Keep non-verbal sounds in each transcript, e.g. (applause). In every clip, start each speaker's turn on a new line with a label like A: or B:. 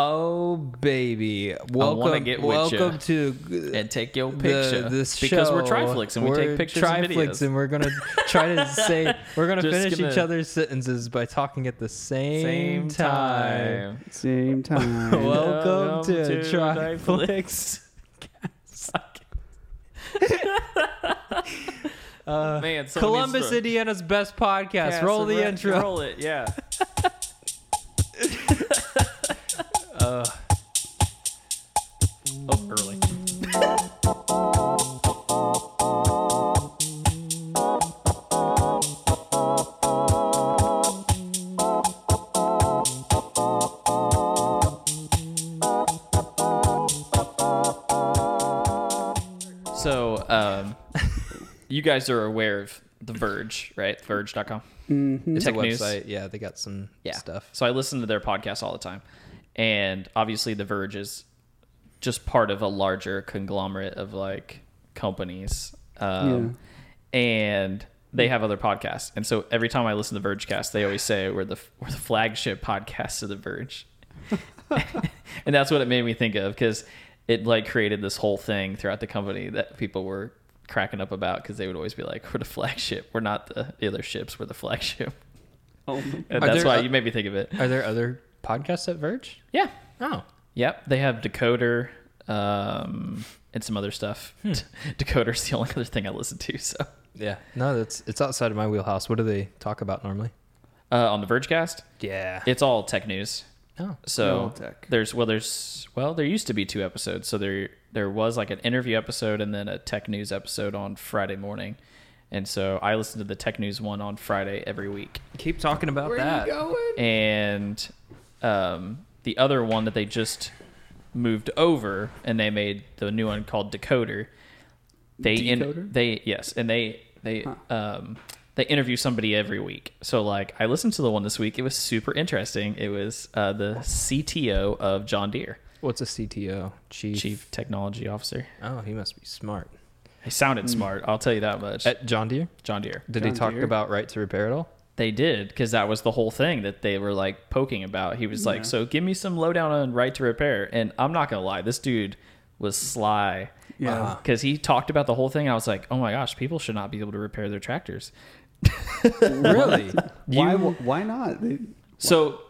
A: Oh baby,
B: wanna
A: welcome,
B: get with ya.
A: welcome to uh,
B: and take your picture
A: the, this
B: because we're
A: show.
B: triflix and we
A: We're
B: take pictures and
A: triflix
B: videos.
A: and we're gonna try
B: (laughs)
A: to say we're gonna
B: Just
A: finish each
B: gonna-
A: other's sentences by talking at the same, time.
C: Same time.
A: Welcome to Triflix. (laughs) Uh,
B: Man, someone
A: Columbus,
B: needs to-
A: Indiana's best podcast.
B: Yeah,
A: roll
B: so
A: the
B: re-
A: intro.
B: Roll
A: (laughs)
B: it, yeah. (laughs) Uh. oh, early. So,
A: (laughs)
B: um, you guys are aware of The Verge, right? Verge.com.
A: It's
B: Tech
A: a
B: news.
A: website. Yeah, they got some stuff.
B: So I listen to their podcast all the time. And obviously The Verge is just part of a larger conglomerate of like companies. Um and they have other podcasts. And so every time I listen to the Verge cast, they always say we're the we're the flagship podcast of the Verge. (laughs) and that's what it made me think of because it like created this whole thing throughout the company that people were cracking up about because they would always be like, We're the flagship. We're not the, the other ships, we're the flagship.
C: Oh my
B: And
A: Are
B: that's
A: there
B: why
A: o-
B: you made me think of it.
A: Are there other podcasts at Verge?
B: Yeah.
A: Oh,
B: Yep. They have Decoder um, and some other stuff.
C: Hmm.
B: (laughs) Decoder's the only other thing I listen to. So
A: yeah. No, that's it's outside of my wheelhouse. What do they talk about normally?
B: uh, on the Vergecast,
A: Yeah.
B: it's all tech news.
A: oh.
B: So
C: All tech.
B: there's well there's well there used to be two episodes. So there there was like an interview episode and then a tech news episode on Friday morning. And so I listen to the tech news one on Friday every week.
A: Keep talking about
C: Where
A: that.
C: you going?
B: and um, the other one that they just moved over and they made the new one called Decoder. They in-
C: Decoder?
B: they yes, and they they
C: Huh.
B: um, they interview somebody every week. So like I listened to the one this week. It was super interesting. It was uh, the CTO of John Deere,
A: What's a CTO? Chief.
B: Chief Technology Officer.
A: Oh, he must be smart.
B: He
C: Hmm.
B: sounded smart. I'll tell you that much.
A: At John Deere?
B: John Deere.
A: Did
C: John
A: they talk
C: Deere?
A: about right to repair at all?
B: They did because that was the whole thing that they were like poking about. He was like, "So give me some lowdown on right to repair." And I'm not gonna lie, this dude was sly.
C: Yeah.
B: because he talked about the whole thing. I was like, "Oh my gosh, people should not be able to repair their tractors."
A: (laughs) really?
C: why? Why not? They,
B: So,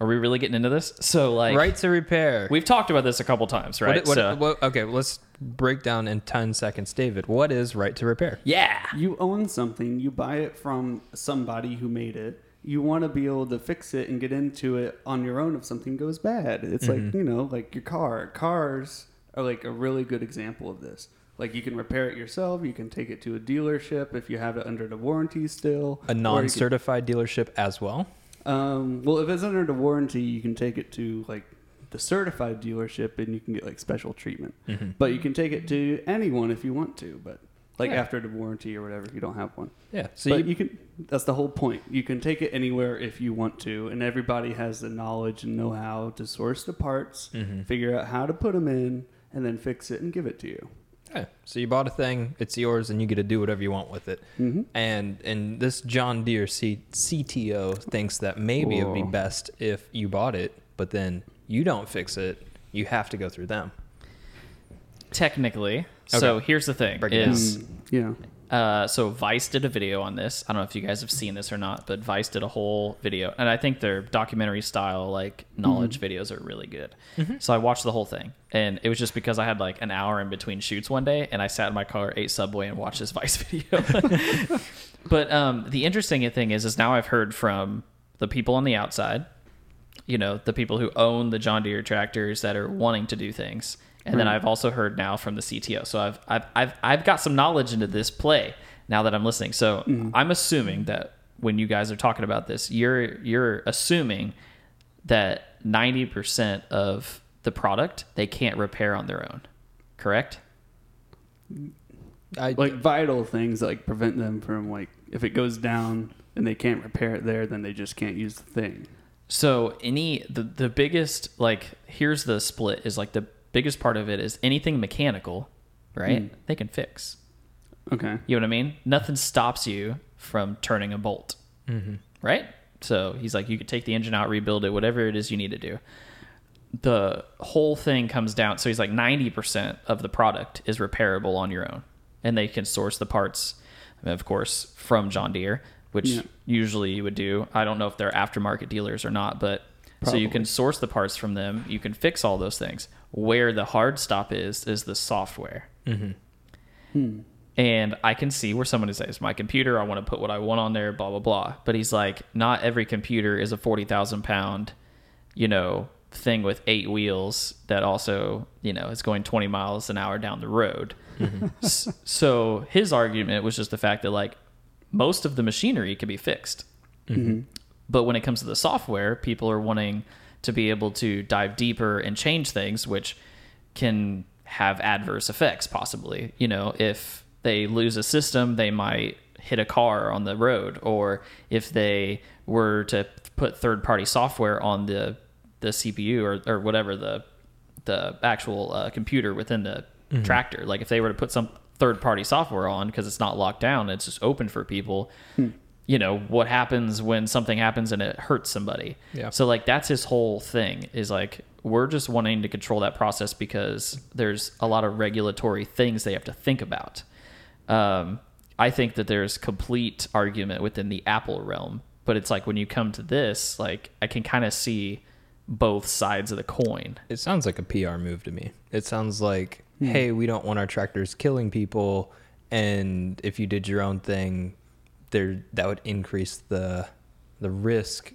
B: are we really getting into this? So, like,
A: right to repair.
B: We've talked about this a couple times,
A: What-
B: right?
A: what-
B: So-
A: what- okay, let's break down in 10 seconds. David, what is right to repair?
B: yeah,
C: you own something. You buy it from somebody who made it. You want to be able to fix it and get into it on your own if something goes bad. It's like you know, like your car. Cars are like a really good example of this. Like you can repair it yourself. You can take it to a dealership if you have it under the warranty still.
A: A
C: or you
A: non
C: can-
A: certified dealership as well?
C: Um, well, if it's under the warranty, you can take it to like the certified dealership and you can get like special treatment.
A: Mm-hmm.
C: But you can take it to anyone if you want to, but like
A: Yeah.
C: after the warranty or whatever, if you don't have one.
A: Yeah. So
C: So
A: you,
C: you, can that's the whole point. You can take it anywhere if you want to, and everybody has the knowledge and know-how to source the parts,
A: Mm-hmm.
C: figure out how to put them in, and then fix it and give it to you.
A: Yeah. So you bought a thing, it's yours, and you get to do whatever you want with it.
C: Mm-hmm.
A: And and this John Deere C- CTO thinks that maybe it would be
C: Whoa.
A: best if you bought it, but then you don't fix it. You have to go through them.
B: technically.
A: Okay.
B: So here's the thing:
A: Break it down.
B: is
C: Um, Yeah.
B: Uh, so Vice did a video on this. I don't know if you guys have seen this or not, but Vice did a whole video, and I think their documentary style like knowledge videos are really good. So I watched the whole thing, and it was just because I had like an hour in between shoots one day, and I sat in my car, ate Subway, and watched this Vice (laughs) video. but um, the interesting thing is, is now I've heard from the people on the outside, you know, the people who own the John Deere tractors that are wanting to do things. And then I've also heard now from the CTO. So I've I've I've, I've got some knowledge into this play now that I'm listening. So I'm assuming that when you guys are talking about this, you're you're assuming that 90% of the product they can't repair on their own. Correct?
A: I,
C: like vital things that, like prevent them from like if it goes down and they can't repair it there then they just can't use the thing
B: So any the the biggest like here's the split is like the biggest part of it is anything mechanical, right? They can fix.
C: okay
B: You know what I mean? Nothing stops you from turning a bolt, right? So he's like, you could take the engine out, rebuild it, whatever it is you need to do. the whole thing comes down. So he's like ninety percent of the product is repairable on your own, and they can source the parts, of course, from John Deere, which
C: Yeah.
B: usually you would do. I don't know if they're aftermarket dealers or not, but so you can source the parts from them. You can fix all those things. Where the hard stop is is the software. And I can see where someone is saying, it's my computer. I want to put what I want on there, blah, blah, blah. But he's like, not every computer is a 40,000 pound, you know, thing with eight wheels that also, you know, is going 20 miles an hour down the road. S- so his argument was just the fact that, like, most of the machinery can be fixed. But when it comes to the software, people are wanting to be able to dive deeper and change things, which can have adverse effects, possibly. You know, if they lose a system, they might hit a car on the road, or if they were to put third party software on the, the CPU or, or whatever the, the actual uh, computer within the tractor, like if they were to put some third party software on because it's not locked down, it's just open for people you know what happens when something happens and it hurts somebody
A: Yeah.
B: so like that's his whole thing is like we're just wanting to control that process because there's a lot of regulatory things they have to think about um, i think that there's complete argument within the apple realm but it's like when you come to this like i can kind of see both sides of the coin
A: It sounds like a PR move to me. It sounds like,
C: Hmm.
A: hey, we don't want our tractors killing people, and if you did your own thing, there that would increase the the risk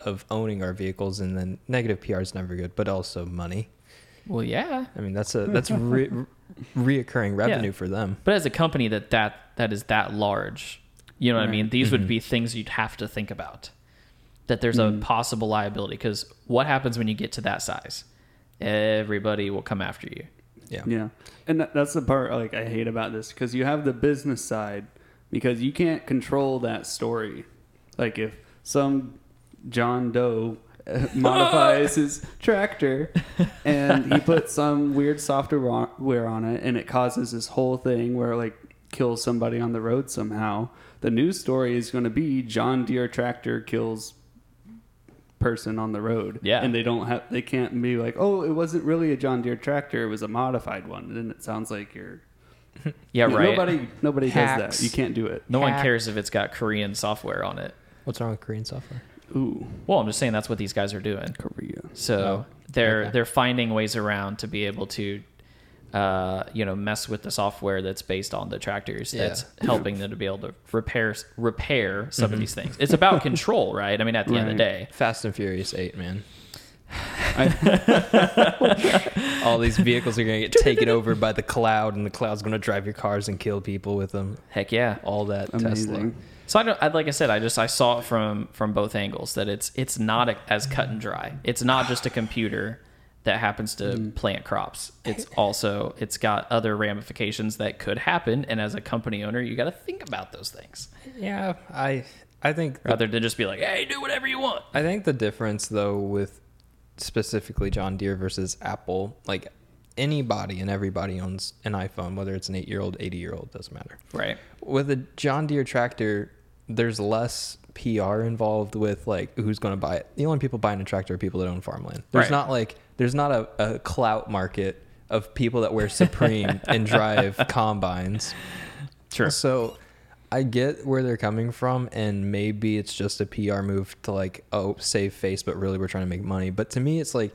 A: of owning our vehicles, and then negative PR is never good, but also money.
B: well yeah
A: I mean, that's a that's re- reoccurring revenue for them.
B: But as a company that that that is that large, you know what I mean? These would be things you'd have to think about. That there's a possible liability because what happens when you get to that size? Everybody will come after you.
A: Yeah.
C: Yeah, and that, that's the part like I hate about this because you have the business side because you can't control that story. Like if some John Doe uh, modifies his tractor and he puts some weird software on it and it causes this whole thing where it, like kills somebody on the road somehow. The news story is going to be John Deere tractor kills person on the road.
B: Yeah.
C: And they don't have they can't be like, oh, it wasn't really a John Deere tractor, it was a modified one. And then it sounds like you're
B: Yeah, right.
C: nobody nobody does
A: Hacks.
C: that. You can't do it.
B: no one
A: hack.
B: cares if it's got Korean software on it.
A: What's wrong with Korean software?
C: Ooh,
B: Well, I'm just saying that's what these guys are doing.
C: Korea.
B: So they're they're finding ways around to be able to, uh, you know, mess with the software that's based on the tractors.
A: Yeah.
B: That's helping them to be able to repair repair some of these things. It's about control, right? I mean, at the end of the
C: Right.
B: day,
A: Fast and Furious Eight, man.
B: (laughs)
C: I,
A: All these vehicles are gonna get taken over by the cloud, and the cloud's gonna drive your cars and kill people with them.
B: heck yeah.
A: All that Tesla.
C: amazing.
B: So I don't. I, like I said, I just I saw it from from both angles that it's it's not a, as cut and dry. It's not just a computer that happens to plant crops. It's also it's got other ramifications that could happen. And as a company owner, you got to think about those things
A: Yeah, I I think the
B: rather than just be like, hey, do whatever you want.
A: I think the difference though with specifically John Deere versus Apple, like anybody and everybody owns an iPhone, whether it's an eight year old, eighty year old, doesn't matter.
B: Right.
A: With a John Deere tractor, there's less PR involved with like who's going to buy it. The only people buying a tractor are people that own farmland. There's
B: Right.
A: not like there's not a, a clout market of people that wear Supreme and drive combines.
B: True.
A: So I get where they're coming from, and maybe it's just a PR move to like, oh, save face, but really we're trying to make money. But to me, it's like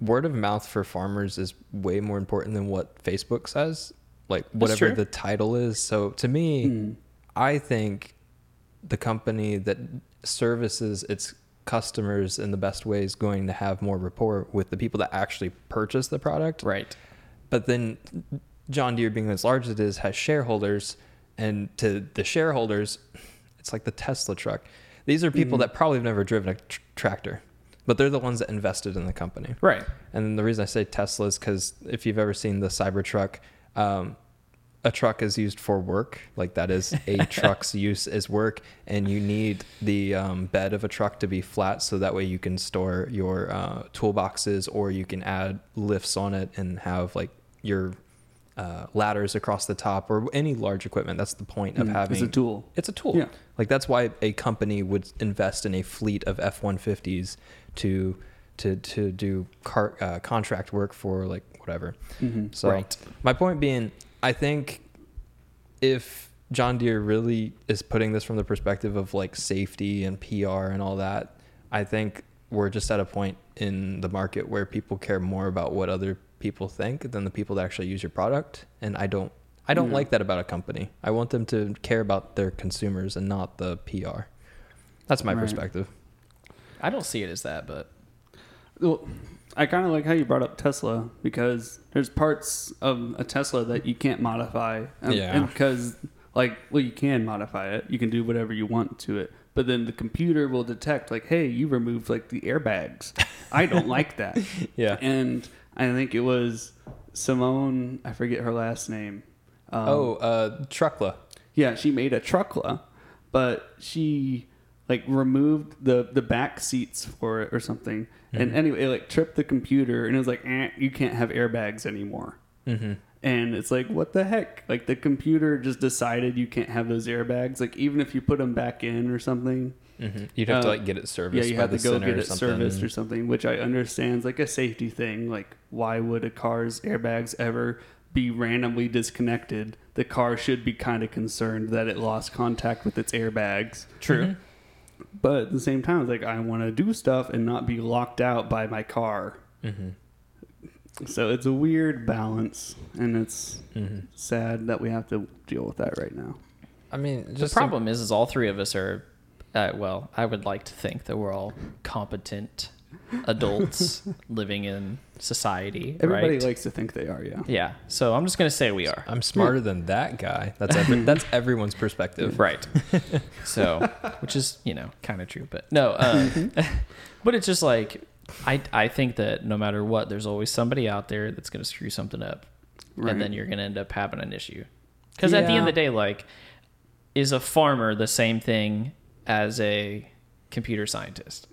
A: word of mouth for farmers is way more important than what Facebook says, like whatever
B: true.
A: the title is. So to me, I think the company that services its customers in the best way is going to have more rapport with the people that actually purchase the product
B: Right.
A: but then John Deere, being as large as it is, has shareholders, and to the shareholders, it's like the Tesla truck. These are people that probably have never driven a tr- tractor, but they're the ones that invested in the company.
B: Right.
A: And the reason I say Tesla is because if you've ever seen the Cybertruck, um, a truck is used for work. Like that is a truck's use is work, and you need the um, bed of a truck to be flat so that way you can store your uh, toolboxes or you can add lifts on it and have like your uh, ladders across the top or any large equipment. That's the point of having
C: Mm-hmm. It's a tool.
A: it's a tool.
C: Yeah.
A: Like that's why a company would invest in a fleet of F one fifties to to to do car, uh, contract work for like whatever.
B: Mm-hmm.
C: hmm
A: So
B: Right.
A: my point being, I think if John Deere really is putting this from the perspective of like safety and PR and all that, I think we're just at a point in the market where people care more about what other people think than the people that actually use your product. And I don't I don't
C: Yeah.
A: like that about a company. I want them to care about their consumers and not the PR. That's my
C: Right.
A: perspective.
B: I don't see it as that, but
C: Well, I kind of like how you brought up Tesla because there's parts of a Tesla that you can't modify. And,
A: Yeah.
C: because, like, well, you can modify it. You can do whatever you want to it. But then the computer will detect, like, hey, you removed, like, the airbags. I don't
A: (laughs)
C: like that.
A: Yeah.
C: And I think it was Simone, I forget her last name. Um,
A: oh, uh Truckla.
C: yeah, she made a truckla, but she like removed the the back seats for it or something. And anyway, it like tripped the computer and it was like, eh, you can't have airbags anymore.
A: Mm-hmm.
C: And it's like, what the heck? Like the computer just decided you can't have those airbags. Like even if you put them back in or something,
A: Mm-hmm. You'd have to
C: Uh,
A: like get it serviced.
C: yeah, you
A: by
C: have
A: the
C: to go
A: center
C: get
A: or
C: it
A: something.
C: serviced or something, which I understand is like a safety thing. Like, why would a car's airbags ever be randomly disconnected? The car should be kind of concerned that it lost contact with its airbags.
B: true.
C: But at the same time, it's like I want to do stuff and not be locked out by my car.
A: Mm-hmm.
C: So it's a weird balance, and it's
A: Mm-hmm.
C: sad that we have to deal with that right now.
A: I mean,
B: The
A: just some-
B: problem is, is all three of us are, uh, well, I would like to think that we're all competent adults (laughs) living in society,
C: Everybody
B: right?
C: likes to think they are, yeah.
B: yeah. So I'm just gonna say we are.
A: I'm smarter than that guy. That's (laughs) every, that's everyone's perspective.
B: Right. so, which is you know kind of true, but no. Uh, (laughs) but it's just like I I think that no matter what, there's always somebody out there that's gonna screw something up,
C: Right.
B: and then you're gonna end up having an issue. Because at the end of
A: Yeah.
B: the day, like, is a farmer the same thing as a computer scientist?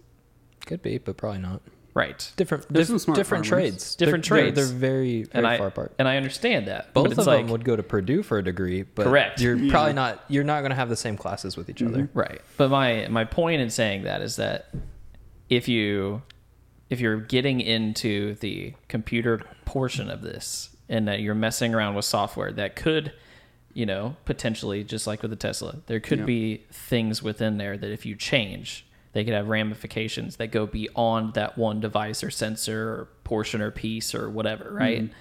A: Could be, but probably not.
B: Right.
A: Different
C: There's
A: dif-
C: some smart
A: different
C: farmers.
A: trades.
B: Different
A: They're- they're-
B: trades.
A: They're, very very
B: and I
A: far apart.
B: and I understand that.
A: Both
B: but
A: of
B: it's like,
A: them would go to Purdue for a degree, but
B: Correct. Mm-hmm.
A: You're
C: Yeah.
A: probably not. You're not going to have the same classes with each other.
B: Right. But my my point in saying that is that if you if you're getting into the computer portion of this and that you're messing around with software that could, you know, potentially just like with the Tesla, there could
C: Yeah.
B: be things within there that if you change, they could have ramifications that go beyond that one device or sensor or portion or piece or whatever, right?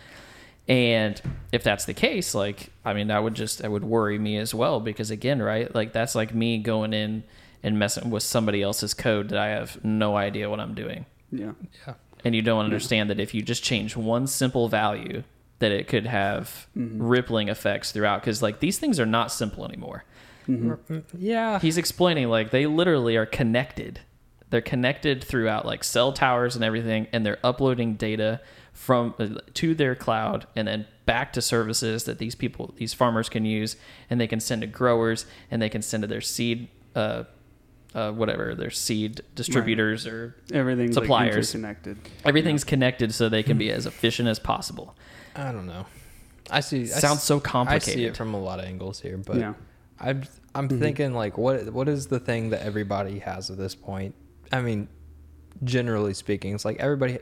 B: And if that's the case, like, I mean, that would just, that would worry me as well because, again, right, like that's like me going in and messing with somebody else's code that I have no idea what I'm doing.
C: Yeah.
A: Yeah.
B: And you don't understand that if you just change one simple value, that it could have rippling effects throughout. Cause, like, these things are not simple anymore. Mm-hmm.
A: mm, Yeah.
B: He's explaining, like, they literally are connected. They're connected throughout, like, cell towers and everything, and they're uploading data from uh, to their cloud and then back to services that these people, these farmers can use, and they can send to growers and they can send to their seed, uh, uh, whatever, their seed distributors or
C: Everything's
B: Suppliers.
C: Like interconnected.
B: everything's connected so they can be as efficient as possible.
A: I don't know. I see. I
B: Sounds so
A: I see it
B: complicated.
A: from a lot of angles here, but
C: Yeah.
A: I'm I'm thinking like what what is the thing that everybody has at this point? I mean, generally speaking, it's like everybody,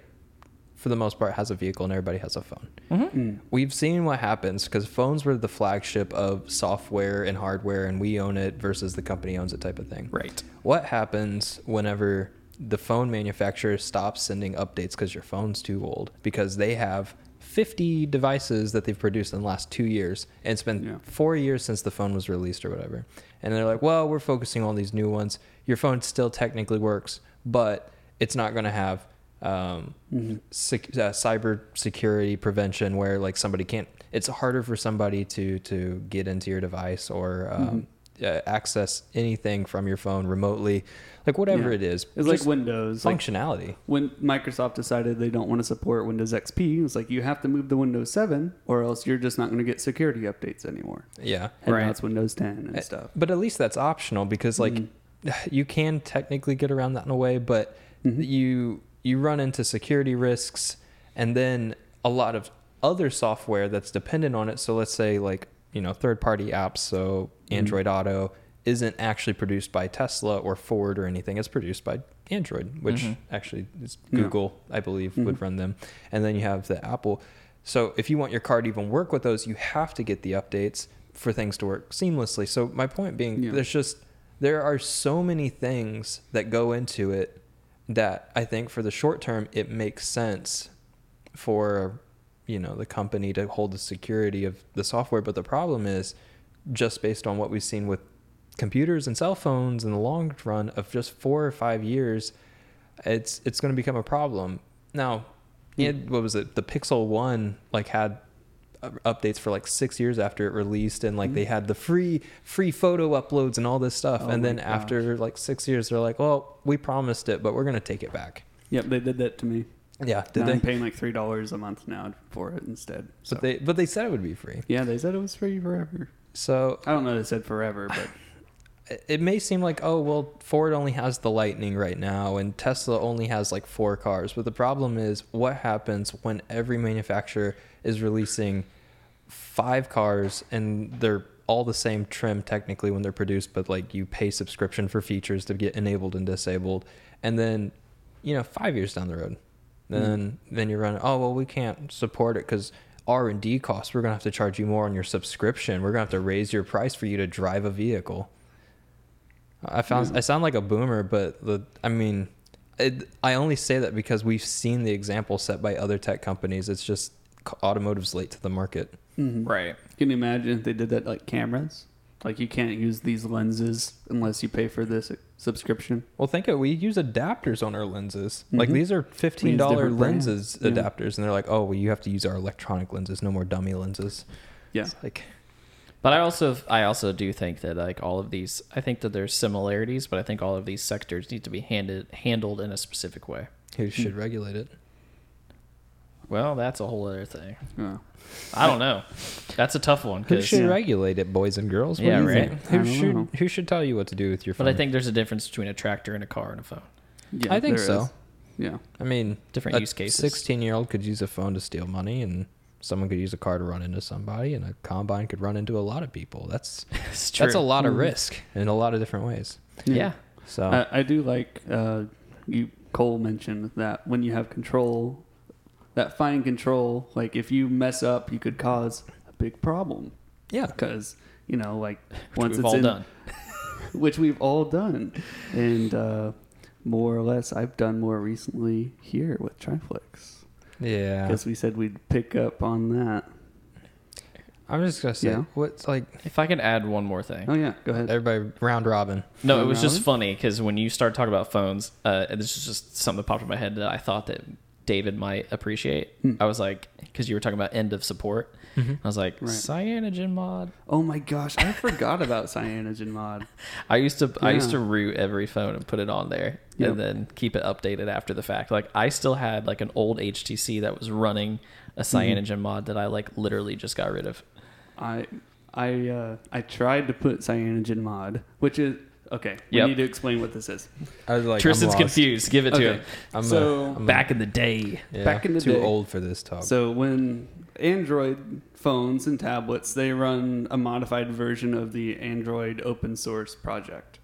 A: for the most part, has a vehicle and everybody has a phone.
B: Mm-hmm.
A: We've seen what happens because phones were the flagship of software and hardware, and we own it versus the company owns it type of thing.
B: Right.
A: What happens whenever the phone manufacturer stops sending updates because your phone's too old? Because they have 50 devices that they've produced in the last two years, and it's been
C: Yeah.
A: four years since the phone was released or whatever. And they're like, well, we're focusing on these new ones. Your phone still technically works, but it's not going to have um,
C: Mm-hmm.
A: sec- uh, cyber security prevention where like somebody can't. It's harder for somebody to to get into your device or um,
C: Mm-hmm.
A: uh, access anything from your phone remotely, like whatever
C: Yeah.
A: it is.
C: It's
A: just
C: like Windows. Like
A: functionality.
C: when Microsoft decided they don't want to support Windows XP, it's like you have to move to Windows 7 or else you're just not going to get security updates anymore.
A: yeah.
C: And
B: Right.
C: now it's Windows 10
A: Eh,
C: and stuff.
A: But at least that's optional because like (sighs) you can technically get around that in a way, but
C: Mm-hmm.
A: you you run into security risks and then a lot of other
C: Mm-hmm.
A: software that's dependent on it. So let's say like, you know, third party apps, so Android Auto isn't actually produced by Tesla or Ford or anything. It's produced by Android, which actually is
C: Mm-hmm. Yeah. Mm-hmm.
A: Google, I believe, would run them. And then you have the Apple. So if you want your car to even work with those, you have to get the updates for things to work seamlessly. So my point being,
C: Yeah.
A: there's just there are so many things that go into it that I think for the short term it makes sense for you know the company to hold the security of the software but the problem is just based on what we've seen with computers and cell phones in the long run of just 4 or 5 years it's it's going to become a problem now
C: Hmm.
A: yeah, what was it the Pixel 1 like had uh, updates for like 6 years after it released and like they had the free free photo uploads and all this stuff
C: Hmm. Oh
A: and
C: my
A: then after like 6 years they're like well we promised it but we're going to take it back
C: Yep, they did that to me.
A: yeah
C: Now
A: did they
C: I'm paying like three dollars a month now for it instead. So
A: but they but they said it would be free
C: yeah, they said it was free forever.
A: so
C: I don't know. They said forever,
A: (sighs)
C: but
A: it- it may seem like oh well ford only has the lightning right now and tesla only has like four cars but the problem is what happens when every manufacturer is releasing five cars and they're all the same trim technically when they're produced but like you pay subscription for features to get enabled and disabled and then you know five years down the road then then you're running oh well we can't support it because r&d costs we're going to have to charge you more on your subscription we're going to have to raise your price for you to drive a vehicle I found I sound like a boomer, but the I mean, it, I only say that because we've seen the example set by other tech companies. It's just c- automotive's late to the market.
B: Right.
C: Mm-hmm. can you imagine if they did that like cameras? Like you can't use these lenses unless you pay for this subscription.
A: Well, think of we use adapters on our lenses. Like
C: Mhm.
A: these are fifteen dollar
C: different brands.
A: lenses
C: Yeah.
A: adapters, and they're like, oh, well, you have to use our electronic lenses, no more dummy lenses.
C: Yeah,
A: It's like
B: But I also I also do think that like all of these I think that there's similarities, but I think all of these sectors need to be handed handled in a specific way.
A: who should regulate it?
B: Well, that's a whole other thing.
C: Oh.
B: I don't know. That's a tough one.
A: Who
B: 'cause-
A: should
C: Yeah.
A: regulate it, boys and girls? What
B: Yeah,
A: do you
B: right.
A: think?
C: I
A: Who
C: don't
A: should
C: know.
A: who should tell you what to do with your phone?
B: But I think there's a difference between a tractor and a car and a phone.
C: yeah
A: I think
C: there
A: so.
C: is. Yeah,
A: I mean,
B: Different
A: a
B: use cases.
A: Sixteen-year-old could use a phone to steal money, and someone could use a car to run into somebody, and a combine could run into a lot of people. That's
B: (laughs) It's
A: that's a lot of
C: Mm-hmm.
A: risk in a lot of different ways.
B: Yeah.
A: So
C: I, I do like uh, you. Cole mentioned that when you have control, that fine control, like if you mess up, you could cause a big problem
A: yeah,
C: because you know,
B: (laughs)
C: like
B: Once
C: once
B: we've
C: it's
B: all
C: in,
B: done.
C: which we've all done, and uh, more or less, I've done more recently here with Triflex
A: yeah.
C: because we said we'd pick up on that.
A: I'm just gonna say
C: Yeah.
A: what's like
B: If I could add one more thing.
C: Oh yeah, go ahead.
A: everybody round robin.
B: No, it
C: Phone
B: was just
C: Robin?
B: funny because when you started talking about phones, uh, and this is just something that popped in my head that I thought that David might appreciate. I was like, because you were talking about end of support. I was like,
C: Right.
B: cyanogen mod.
C: Oh my gosh, I forgot about cyanogen mod.
B: I used to I used
C: Yeah.
B: to root every phone and put it on there
C: Yep.
B: and then keep it updated after the fact. Like I still had like an old HTC that was running a cyanogen mod that I like literally just got rid of.
C: I I uh, I tried to put cyanogen mod, which is okay. We
B: Yep.
C: need to explain what this is.
A: I was like
B: Tristan's
A: I'm lost.
B: confused. Give it to
C: Okay.
B: him.
A: I'm
C: So,
A: a, I'm
B: Back in the day.
A: a, yeah,
C: back in the
A: too
C: day-
A: old for this talk.
C: So when Android phones and tablets, they run a modified version of the Android open source project,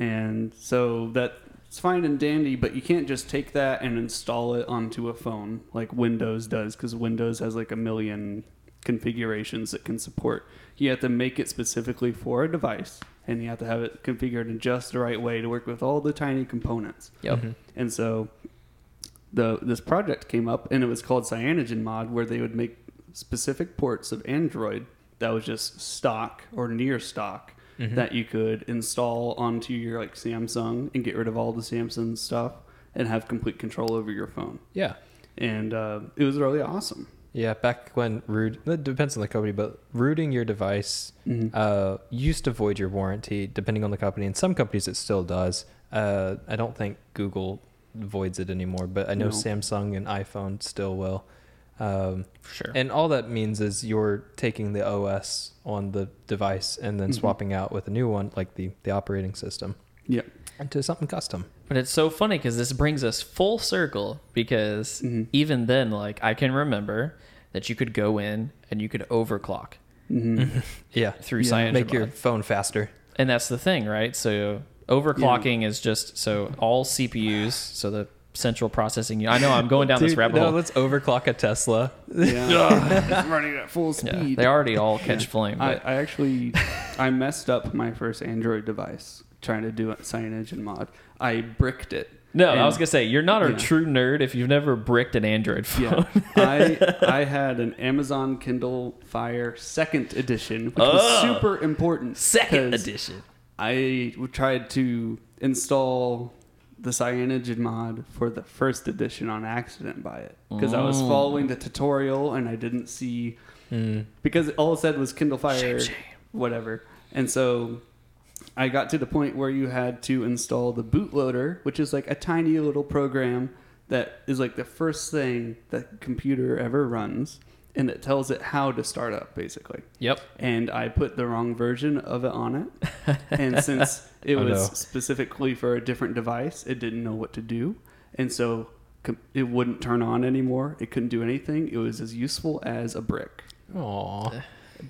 C: and so that's fine and dandy. But you can't just take that and install it onto a phone like Windows does, because Windows has like a million configurations it can support. You have to make it specifically for a device, and you have to have it configured in just the right way to work with all the tiny components.
B: Yep.
C: And so the this project came up and it was called Cyanogen Mod where they would make specific ports of Android that was just stock or near stock
B: Mm-hmm.
C: that you could install onto your like Samsung and get rid of all the Samsung stuff and have complete control over your phone.
A: yeah,
C: And uh, it was really awesome.
A: Yeah, back when root it depends on the company, but rooting your device
C: Mm-hmm.
A: uh, used to void your warranty depending on the company. In some companies, it still does. Uh, I don't think Google voids it anymore, but I know
C: No.
A: Samsung and iPhone still will. Um,
B: For sure.
A: and all that means is you're taking the OS on the device and
C: Mm-hmm.
A: then swapping out with a new one, like the the operating system,
C: Yeah.
A: into something custom.
B: But it's so funny because this brings us full circle because
C: Mm-hmm.
B: even then, like I can remember that you could go in and you could overclock
A: Yeah,
B: through
C: Yeah.
B: cyanogen
A: make your
B: mod.
A: phone faster.
B: and that's the thing, right? So overclocking is just so all CPUs, so the central processing. I know I'm going down this
A: Dude,
B: rabbit
A: no,
B: hole.
A: let's overclock a Tesla.
C: Yeah. (laughs) It's running at full speed.
B: Yeah, they already all catch flame.
C: I,
B: But
C: I actually I messed up my first Android device trying to do signage and mod. I bricked it.
B: no,
C: And-
B: I was gonna say you're not a
C: Yeah.
B: true nerd if you've never bricked an Android phone. (laughs)
C: Yeah, I I had an Amazon Kindle Fire Second Edition, which was
B: Oh.
C: super important.
B: Second
C: 'cause
B: edition.
C: I tried to install the Cyanogen mod for the first edition on accident by it because I was following the tutorial and I didn't see because all it said was Kindle Fire,
B: shame.
C: whatever, and so. I got to the point where you had to install the bootloader, which is like a tiny little program that is like the first thing that computer ever runs, and it tells it how to start up basically
B: Yep.
C: and I put the wrong version of it on
B: (laughs)
C: it. And since it
A: Oh,
C: was
A: no.
C: specifically for a different device, it didn't know what to do. And so com- it wouldn't turn on anymore. It couldn't do anything. It was as useful as a brick.
A: Aw.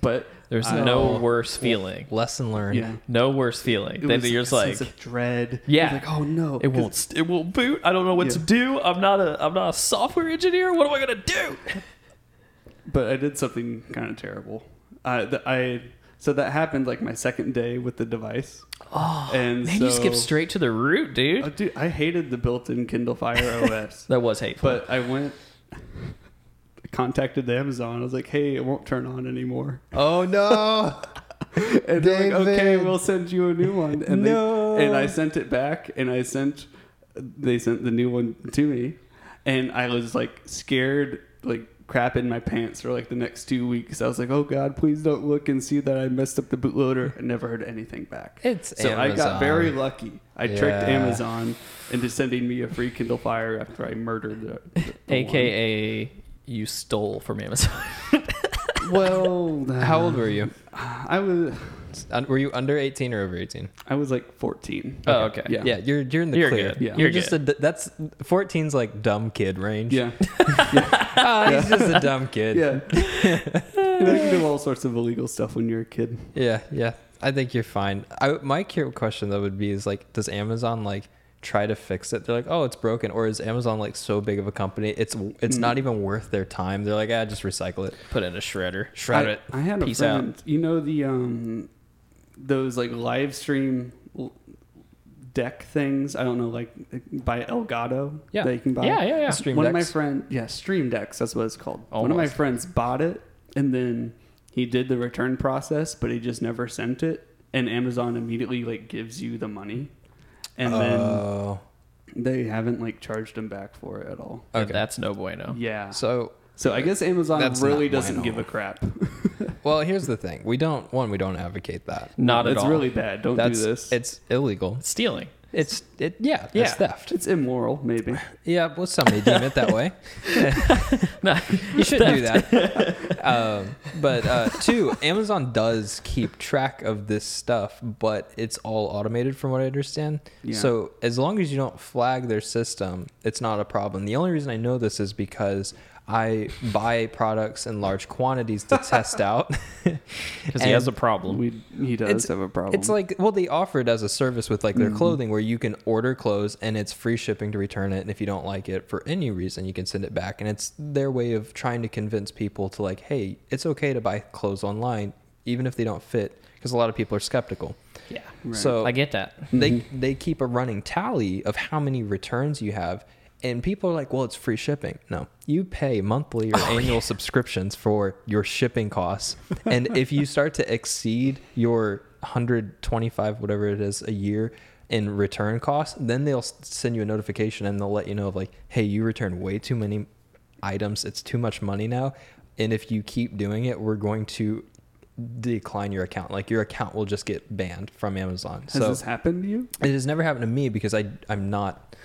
C: But
B: There's
C: I-
B: no worse feeling.
A: Lesson learned.
C: yeah,
B: No worse feeling
C: it
B: than
C: was
B: you're
C: a
B: just like
C: sense of dread.
B: Yeah.
C: like oh no,
B: it won't st- it won't boot. I don't know what to
C: Yeah.
B: do. I'm not a I'm not a software engineer. What am I gonna do?
C: but I did something kind of terrible. Uh, th- I so that happened like my second day with the device. Oh, and
B: Man,
C: so,
B: you skip straight to the root, dude.
C: Oh, dude, I hated the built-in Kindle Fire OS.
B: that was hateful.
C: But I went, contacted the Amazon. I was like, "Hey, it won't turn on anymore."
A: Oh no.
C: (laughs) And they're like, "Okay,
A: David.
C: we'll send you a new one." And they-
A: No.
C: and I sent it back, and I sent, they sent the new one to me, and I was like scared, like crap in my pants for like the next two weeks. I was like, "Oh God, please don't look and see that I messed up the bootloader." I never heard anything back.
A: It's
C: So I got
A: Amazon.
C: very lucky. I tricked
A: Yeah.
C: Amazon into sending me a free Kindle Fire after I murdered the, the- the one.
B: AKA you stole from Amazon. (laughs)
C: Well,
A: (laughs) How old were you?
C: (sighs) I was
A: Un- Were you under 18 or over 18?
C: I was like 14.
B: Oh, okay.
C: Yeah.
A: Yeah, you're you're in the
B: You're
A: clear.
B: good.
C: Yeah.
A: You're,
B: You're
A: just a that's 14's like dumb kid range.
C: Yeah.
A: (laughs) Ah, he's just a dumb kid.
C: Yeah. (laughs) you, know, you can do all sorts of illegal stuff when you're a kid.
A: Yeah, yeah. I think you're fine. I, my cu- question though would be is like, does Amazon like try to fix it? They're like, oh, it's broken, or is Amazon like so big of a company? It's it's not even worth their time. They're like, ah, just recycle it.
B: Put in a shredder. Shred
C: I,
B: it.
C: I had a
B: Peace out.
C: friend, you know the um those like live stream l- deck things, I don't know like by Elgato
A: Yeah.
C: that you can buy.
B: Yeah, yeah, yeah.
A: Stream
C: One of my
A: decks.
C: friend, yeah, Stream Decks, that's what it's called. One of my
B: Almost.
C: friends bought it and then he did the return process, but he just never sent it and Amazon immediately like gives you the money. And then
A: oh,
C: They haven't like charged him back for it at all.
A: okay.
B: That's no bueno.
C: Yeah. So,
A: Uh, so
C: I guess Amazon
A: That's
C: really
A: not mine
C: doesn't
A: at
C: give
A: all.
C: a crap. (laughs)
A: well, here's the thing: we don't one, we don't advocate that.
B: Not at
C: it's
B: all.
C: really bad. Don't
A: That's
C: do this.
A: it's illegal.
B: stealing.
A: It's it yeah,
B: Yeah.
A: it's theft.
C: it's immoral, maybe.
A: Yeah, well, some may deem it that way. (laughs)
B: No,
A: you should do that. (laughs) um, but uh, two, Amazon does keep track of this stuff, but it's all automated from what I understand.
C: Yeah.
A: So as long as you don't flag their system, it's not a problem. The only reason I know this is because I buy products in large quantities to test out.
B: because he has a
A: And
B: problem.
C: We he does
A: It's-
C: have a problem. Mm-hmm.
A: It's like well, they offer it as a service with like their clothing, where you can order clothes and it's free shipping to return it, and if you don't like it for any reason, you can send it back. And it's their way of trying to convince people to like, hey, it's okay to buy clothes online, even if they don't fit, because a lot of people are skeptical.
B: Yeah,
C: Right.
A: So
B: I get that.
A: they
C: Mm-hmm.
A: they keep a running tally of how many returns you have. And people are like, well, it's free shipping. No, you pay monthly or
C: (laughs) Oh,
A: annual subscriptions for your shipping costs. and if you start to exceed your 125, whatever it is, a year in return costs, then they'll s- send you a notification and they'll let you know, of like, hey, you returned way too many items. It's too much money now. And if you keep doing it, we're going to decline your account. Like, your account will just get banned from Amazon.
C: has
A: so
C: this happened to you?
A: it has never happened to me because I I'm not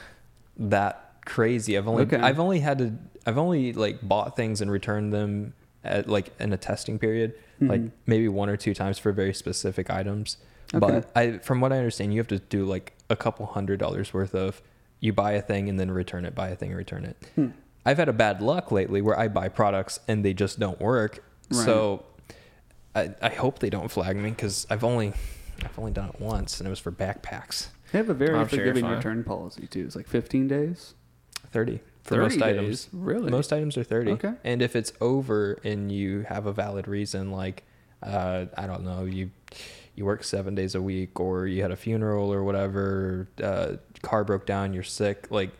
A: that crazy. I've only
C: Okay.
A: I've only had to I've only like bought things and returned them at like in a testing period,
C: Mm-hmm.
A: like maybe one or two times for very specific items.
C: Okay.
A: But I from what I understand, you have to do like a couple hundred dollars worth of you buy a thing and then return it, buy a thing and return it.
C: Hmm.
A: I've had a bad luck lately where I buy products and they just don't work.
C: Right.
A: So I, I hope they don't flag me because I've only I've only done it once, and it was for backpacks.
C: They have a very
B: I'm sure you're
C: forgiving
B: fine.
C: return policy too. It's like 15 days
A: Thirty for
C: 30
A: most
C: days?
A: items.
C: Really?
A: Most items are thirty.
C: Okay.
A: And if it's over and you have a valid reason, like uh, I don't know, you you work seven days a week, or you had a funeral, or whatever, uh, car broke down, you're sick, like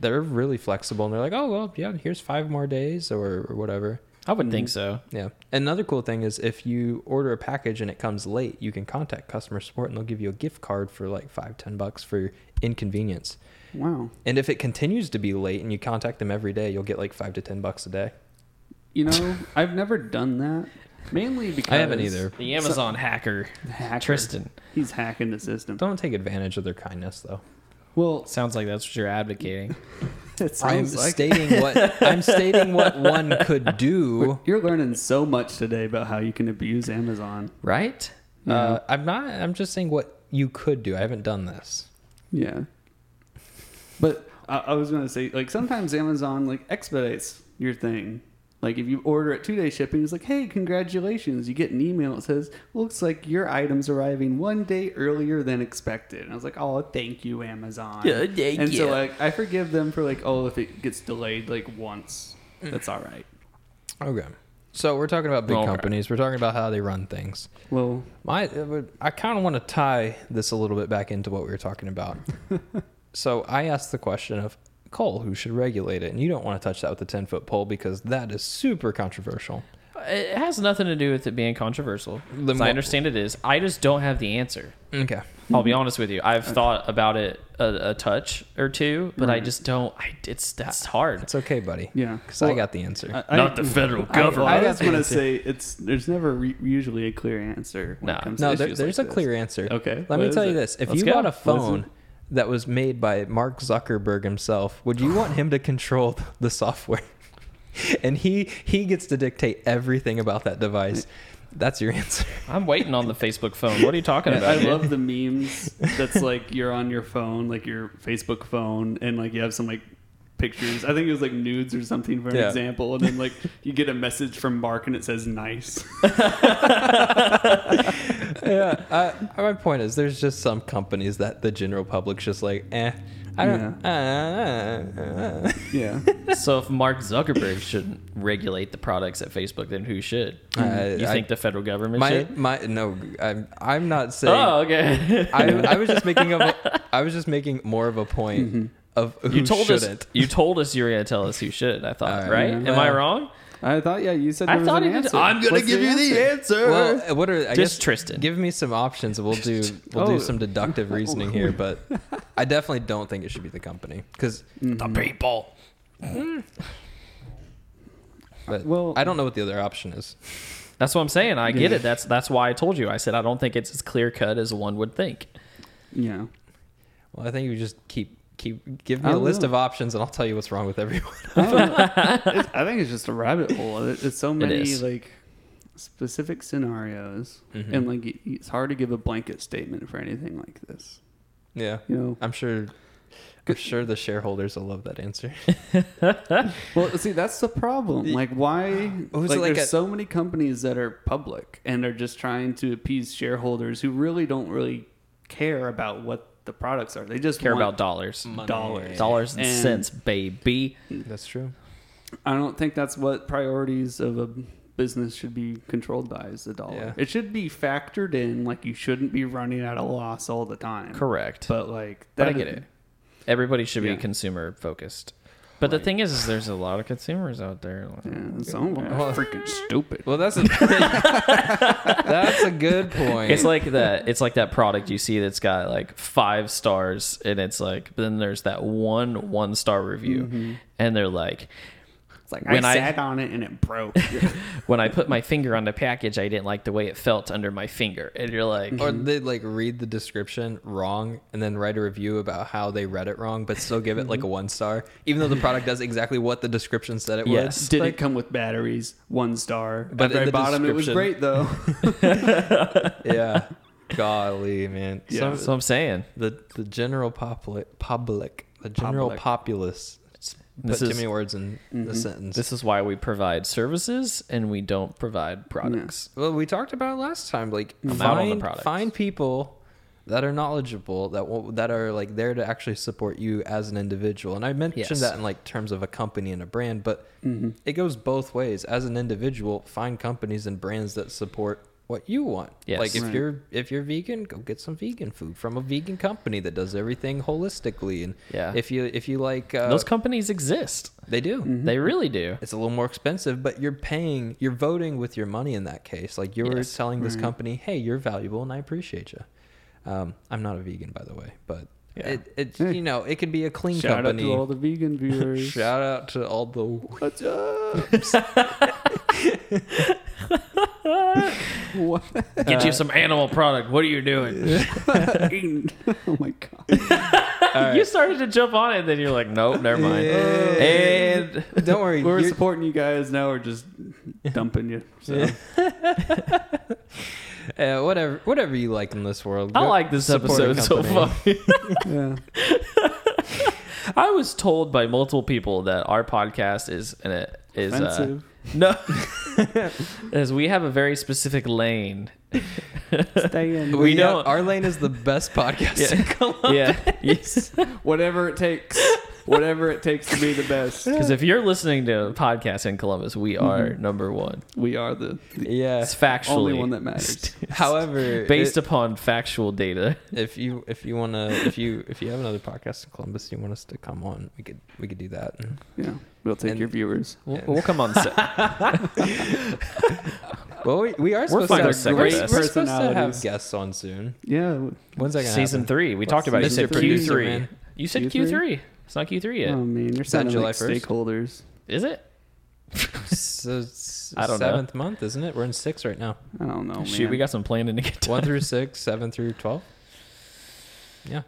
A: they're really flexible, and they're like, oh well, yeah, here's five more days, or, or whatever.
B: I would think so.
A: Yeah. Another cool thing is if you order a package and it comes late, you can contact customer support and they'll give you a gift card for like five, ten bucks for inconvenience.
C: Wow.
A: And if it continues to be late and you contact them every day, you'll get like five to ten bucks a day.
B: (laughs)
C: You know, I've never done that. Mainly because
A: I haven't either.
B: The Amazon hacker,
C: Hacker.
B: Tristan.
C: He's hacking the system.
A: Don't take advantage of their kindness though.
C: Well,
B: Sounds like that's what you're advocating.
C: (laughs) it
A: I'm
C: sounds like
A: (laughs) stating what I'm stating what one could do.
C: you're learning so much today about how you can abuse Amazon.
B: (laughs) Right?
A: Uh, I'm not I'm just saying what you could do. I haven't done this.
C: Yeah. But I, I was gonna say, like, sometimes Amazon like expedites your thing. Like if you order it two day shipping, it's like, hey, congratulations! You get an email that says, looks like your item's arriving one day earlier than expected. And I was like, oh, thank you, Amazon.
B: Yeah, thank
C: and
B: you.
C: so like I forgive them for like, oh, if it gets delayed like once,
B: Mm.
C: that's all right.
A: Okay. So we're talking about big
B: Okay.
A: companies. We're talking about how they run things.
C: Well,
A: My, it would- I kind of want to tie this a little bit back into what we were talking
C: (laughs)
A: about. so I asked the question of Cole, who should regulate it, and you don't want to touch that with a ten foot pole because that is super controversial.
B: It has nothing to do with it being controversial.
A: Then
B: As
A: what-
B: I understand it is. I just don't have the answer.
C: Mm.
A: Okay,
B: I'll
A: Mm-hmm.
B: be honest with you. I've thought about it a, a touch or two, but
A: Mm.
B: I just don't. I, it's that's hard.
A: it's okay, buddy.
C: Yeah.
A: because I
C: Well,
A: got the answer.
C: I-
B: Not the federal
C: I-
B: government.
C: I, just want
A: (laughs)
C: to say it's there's never re- usually a clear answer. When
B: No.
C: it comes
A: no,
C: to
A: there,
C: issues
A: there's
C: like
A: a
C: this.
A: clear answer.
C: Okay,
A: let
C: what
A: me
C: is
A: tell you
C: it?
A: this: if
B: Let's
A: you
B: go.
A: bought a
B: What is
A: phone that was made by Mark Zuckerberg himself, would you want him to control the software? (laughs) and he he gets to dictate everything about that device. That's your answer.
B: I'm waiting on the Facebook phone. What are you talking
C: Yeah,
B: about?
C: I
B: dude?
C: love the memes that's like you're on your phone, like your Facebook phone, and like you have some like pictures. I think it was like nudes or something for an
A: Yeah.
C: example, and then like you get a message from Mark and it says nice.
A: yeah. Uh, my point is, there's just some companies that the general public's just like, eh. I don't.
C: Mm.
A: Uh, uh, uh.
B: (laughs)
C: yeah.
B: so if Mark Zuckerberg shouldn't regulate the products at Facebook, then who should?
A: Uh,
B: you
A: I-
B: think the federal government
A: My
B: should?
A: my no. I'm I'm not saying.
B: Oh, okay.
A: I I was just making up. a- I was just making more of a point
C: Mm-hmm.
A: of who
B: (laughs) you told
A: shouldn't.
B: us. You told us you were going to tell us who should. I thought,
A: All right.
B: right? Am I
A: Yeah.
B: wrong?
C: I thought yeah, you said
B: I
C: there was
B: thought
C: an
B: he did.
C: answer.
B: I'm gonna
C: What's
B: give you the
C: answer.
A: Well, what are I
B: Just
A: guess
B: Tristan.
A: Give me some options. We'll do we'll
C: Oh.
A: do some
C: (laughs)
A: deductive reasoning here, but I definitely don't think it should be the company because
B: The people.
C: Well-
A: I don't know what the other option is.
B: That's what I'm saying. I get it. That's that's why I told you. I said I don't think it's as clear cut as one would think.
C: yeah.
A: Well, I think you just keep keep give me
C: I
A: a
C: don't
A: list
C: know.
A: of options, and I'll tell you what's wrong with everyone. (laughs)
C: I,
B: (laughs)
C: don't know. It's- I think it's just a rabbit hole. It- It's so many
B: is.
C: like specific scenarios, and like it- it's hard to give a blanket statement for anything like this.
A: yeah,
C: You know.
A: I'm sure. I'm sure the shareholders will love that answer.
C: Well, see, that's the problem. Like, why?
A: Oh,
C: Like,
A: is it like
C: there's
A: a-
C: so many companies that are public and are just trying to appease shareholders who really don't really care about what the products are. They just
B: Care
C: want
B: about dollars,
C: dollars.
B: dollars and,
C: And-
B: cents, baby.
A: That's true.
C: I don't think that's what priorities of a business should be controlled by is the dollar.
A: Yeah.
C: It should be factored in. Like, you shouldn't be running at a loss all the time.
B: Correct. But,
C: But like,
B: I
C: that
B: get
C: is-
B: it. Everybody should
C: Yeah.
B: be consumer focused. But the thing is, is there's a lot of consumers out there.
C: Yeah, it's all
A: Well-
C: freaking stupid.
A: Well, that's a (laughs) that's a good point.
B: It's like that. It's like that product you see that's got like five stars, and it's like, but then there's that one one star review, and they're like,
C: It's like
B: when
C: I
B: I-
C: sat on it and it broke.
B: when I put my finger on the package, I didn't like the way it felt under my finger, and you're like,
A: or they like read the description wrong and then write a review about how they read it wrong, but still give it like a one star, even though the product does exactly what the description said it
B: Yes.
A: would.
C: Did it come with batteries? One star.
A: But
C: But
A: in
C: at
A: the
C: the bottom, it was
A: description-
C: great though.
A: (laughs) Yeah. (laughs) Golly, man.
B: so,
A: So
B: that's what I'm saying.
A: the the general public, public, the general
C: Public.
A: populace
B: This
A: Put
B: is- Mm-hmm.
A: too many words in the sentence.
B: This is why we provide services and we don't provide products.
A: well, we talked about it last time. Like
B: I'm out on the
A: find
B: products.
A: find people that are knowledgeable that will, that are like there to actually support you as an individual. And I mentioned
B: Yes. Mm-hmm.
A: that in like terms of a company and a brand, but it goes both ways. As an individual, find companies and brands that support what you want.
B: Yes.
A: Like if
C: Right.
A: you're if you're vegan, go get some vegan food from a vegan company that does everything holistically. And
B: Yeah.
A: if you if you like uh,
B: Those Mm-hmm. companies exist.
A: they do.
B: They really do.
A: it's a little more expensive, but you're paying, you're voting with your money in that case. Like you're
B: Yes.
A: telling
C: Mm-hmm.
A: this company, hey, you're valuable and I appreciate you. Um, I'm not a vegan, by the way, but
B: Yeah.
A: it, it, you know, it could be a clean
C: Shout out
A: company.
C: to all the vegan viewers.
A: (laughs) Shout out to all the (laughs)
C: What's up? what?
B: Get you some animal product. What are you
A: (laughs)
B: doing?
C: oh my
B: (laughs)
C: god!
B: you started to jump on it, then you're like, nope, never mind. And
A: Don't worry,
C: We're
A: you're-
C: supporting you guys now. We're just dumping you. So.
A: uh, whatever, whatever you like in this world.
B: I
A: Go
B: like this
A: support a
B: episode so
A: company.
B: far.
C: yeah.
B: (laughs) I was told by multiple people that our podcast is uh, is uh,
C: Offensive.
A: (laughs)
B: no, (laughs) as we have a very specific lane. (laughs)
C: Stay in.
A: We,
B: We
A: don't.
B: don't.
A: our lane is the best (laughs) podcast.
B: Yeah.
A: in Columbus.
B: Yeah, yes.
C: Whatever it takes. Whatever it takes to be the best.
B: Because if you're listening to a podcast in Columbus, we are number one.
C: We are the, the
A: yeah.
B: It's factually
C: only one that
B: (laughs)
C: matters.
A: (laughs) However,
B: based
A: it-
B: upon factual data.
A: if you if you want to if you if you have another podcast in Columbus, you want us to come on, we could we could do that.
C: Yeah, we'll take
A: And-
C: your viewers.
B: We'll,
A: Yeah.
B: we'll come on. Set.
A: Well, we, we are supposed
B: fine
A: to have
B: with second
A: great
B: best.
A: we're supposed to have
C: Personalities.
A: guests on soon.
C: Yeah.
A: When's that gonna
B: Season
A: happen?
B: three. We
A: What's
B: talked about it. You
C: Mr.
B: said Q
C: Producer,
B: three.
A: man?
B: You said Q
C: Q3?
B: three. It's not Q three yet,
C: Oh man, you're sounding
A: July
C: like
A: 1st?
C: stakeholders.
B: is it?
A: (laughs) So it's
B: I don't know.
A: seventh month, isn't it? We're in six right now.
C: I don't know.
B: Shoot,
C: oh, man.
B: we got some planning to get done.
A: One through
B: (laughs)
A: six, seven through twelve. Yeah,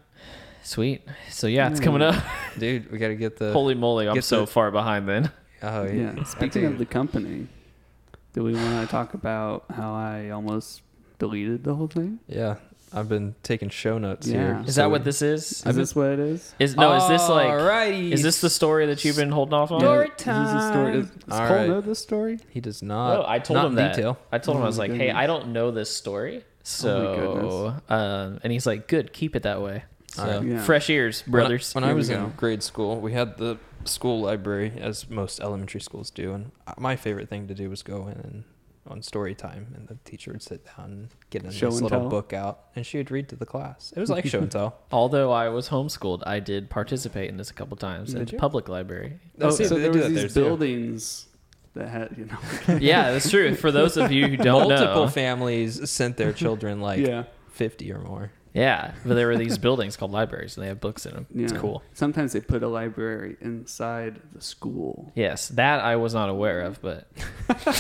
B: Sweet. So yeah, it's coming up. (laughs)
A: dude, we gotta get the.
B: Holy moly, I'm
A: Get
B: so
A: the-
B: far behind. Then
A: oh yeah.
C: Yeah. Speaking of the company, do we want to talk about how I almost deleted the whole thing?
A: yeah, I've been taking show notes here.
C: Yeah.
B: is
A: so-
B: that what this is?
C: Is this what it is?
B: Is no? Is this like?
A: Alrighty.
B: Is this the story that you've been holding off on?
A: Story
C: Is this a
A: time.
C: story? Does, does
A: All
C: Cole
A: right.
C: know this story?
A: He does not.
B: No, I told
A: not Oh
B: him
A: in
B: that.
A: detail.
B: I told him I
C: Oh
B: was
C: my
B: like, "Hey,
C: goodness.
B: I don't know this story." So, um, and he's like, "Good, keep it that way." So,
A: Alright.
C: Yeah.
B: fresh ears,
A: When I-
B: brothers.
A: When I,
C: Here we
A: was in
C: go.
A: grade school, we had the school library, as most elementary schools do, and my favorite thing to do was go in and on story time, and the teacher would sit down and get a nice
C: Show and
A: little
C: tell?
A: book out, and she would read to the class. It was like show and tell.
B: Although I was homeschooled, I did participate in this a couple times
A: Did
B: in
A: you?
B: public library.
C: (laughs) (laughs) Oh,
A: See,
C: so
A: they
C: there
A: do
C: was
A: that
C: these
A: there, too.
C: buildings that had you know.
B: yeah, that's true. For those of you who don't
A: Multiple
B: know,
A: families sent their
C: (laughs)
A: children (laughs) like
C: yeah.
A: fifty or more.
B: yeah, but there were these buildings called libraries, and they have books in them.
C: Yeah.
B: It's cool.
C: Sometimes they put a library inside the school.
B: Yes, that I was not aware of,
C: (laughs)
B: but (laughs)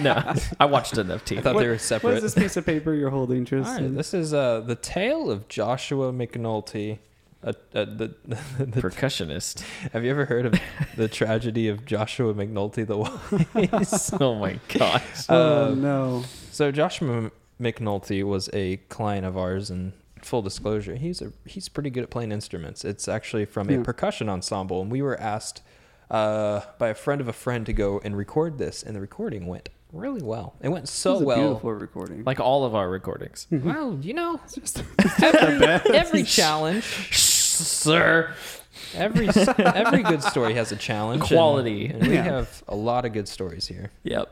B: no, I watched enough
A: I
B: TV.
A: thought they
C: What-
A: were
C: What
A: separate.
C: is this piece of paper you're holding,
A: (laughs) All right,
C: Tristan?
A: this is uh, the tale of Joshua McNulty. Uh, uh, the, (laughs) the
B: Percussionist. (laughs)
A: have you ever heard of the tragedy of Joshua McNulty the (laughs) Wise?
B: oh my gosh.
C: oh
A: Uh,
C: no!
A: So Joshua McNulty was a client of ours, and full disclosure, he's a he's pretty good at playing instruments. It's actually from a
C: Yeah.
A: percussion ensemble, and we were asked uh, by a friend of a friend to go and record this, and the recording went really well. It went
C: This
A: so
C: is a
A: oh, well.
C: Beautiful recording.
B: Like all of our recordings.
A: (laughs) Well, you know,
C: just
A: (laughs) every, every challenge,
B: Sir.
A: every every good story has a challenge. and-
B: Quality.
A: and we
C: Yeah.
A: have a lot of good stories here.
B: Yep.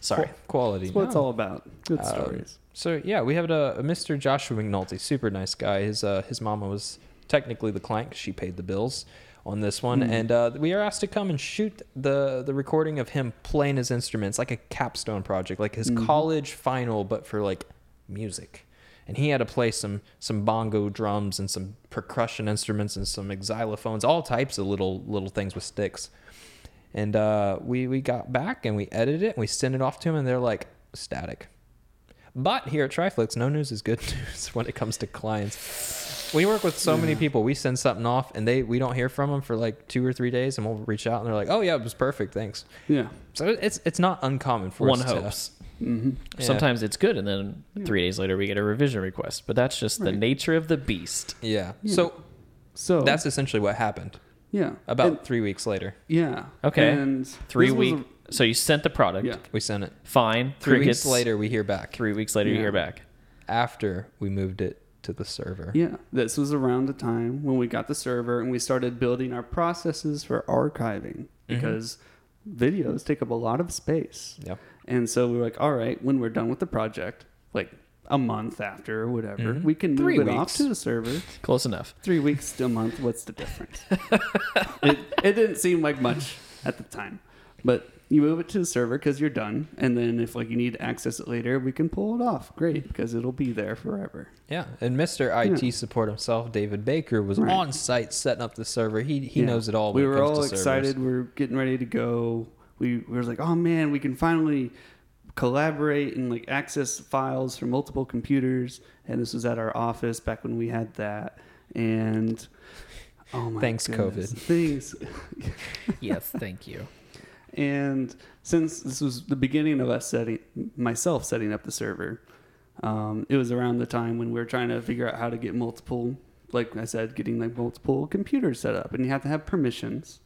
B: Sorry.
A: Qu- quality.
C: That's what it's
A: No.
C: all about. Good
A: Um,
C: stories.
A: So yeah, we have a, a Mr. Joshua McNulty, super nice guy. His uh, his mama was technically the client; 'cause she paid the bills on this one, and uh, we are asked to come and shoot the the recording of him playing his instruments, like a capstone project, like his college final, but for like music. And he had to play some some bongo drums and some percussion instruments and some xylophones, all types of little little things with sticks. And uh, we we got back and we edited it and we sent it off to him, and they're like static. But here at Triflix, no news is good (laughs) news when it comes to clients. We work with so many people. We send something off, and they we don't hear from them for like two or three days, and we'll reach out, and they're like, "Oh yeah, it was perfect, thanks."
C: Yeah.
A: So it's it's not uncommon for
B: One
A: us to-
B: hopes.
C: hmm
A: Yeah.
B: Sometimes it's good, and then three days later we get a revision request. But that's just the
C: Right.
B: nature of the beast.
A: Yeah.
C: Yeah.
A: So
C: So
A: that's essentially what happened.
C: Yeah.
A: About
C: And-
A: three weeks later,
C: yeah.
B: Okay.
C: And
B: Three
C: this was
B: week. So you sent the product.
C: Yeah.
A: we sent it.
B: Fine.
A: Three
B: crickets.
A: weeks later, we hear back
B: Three weeks later, you
C: Yeah.
B: hear back.
A: after we moved it to the server.
C: A, yeah. This was around the time when we got the server and we started building our processes for archiving because videos take up a lot of space.
A: Yep.
C: And so we were like, all right, when we're done with the project, like a month after or whatever, we can move
A: Three
C: it off
A: weeks.
C: to the server.
B: Close enough.
C: Three weeks to a month, what's the difference? it, it didn't seem like much at the time, but you move it to the server because you're done. And then if like you need to access it later, we can pull it off. Great, because it'll be there forever.
A: Yeah, and Mr. IT support himself, David Baker, was
C: Right.
A: on site setting up the server. He he
C: Yeah.
A: knows it all.
C: We
A: When
C: were
A: it comes
C: all
A: to servers.
C: excited. We are getting ready to go. We, we were like, oh man, we can finally collaborate and like access files from multiple computers. And this was at our office back when we had that. And oh my
A: Thanks,
C: goodness.
A: COVID.
C: Thanks.
B: yes. Thank (laughs) you.
C: And since this was the beginning of us setting myself setting up the server, um, it was around the time when we were trying to figure out how to get multiple, like I said, getting like multiple computers set up, and you have to have permissions.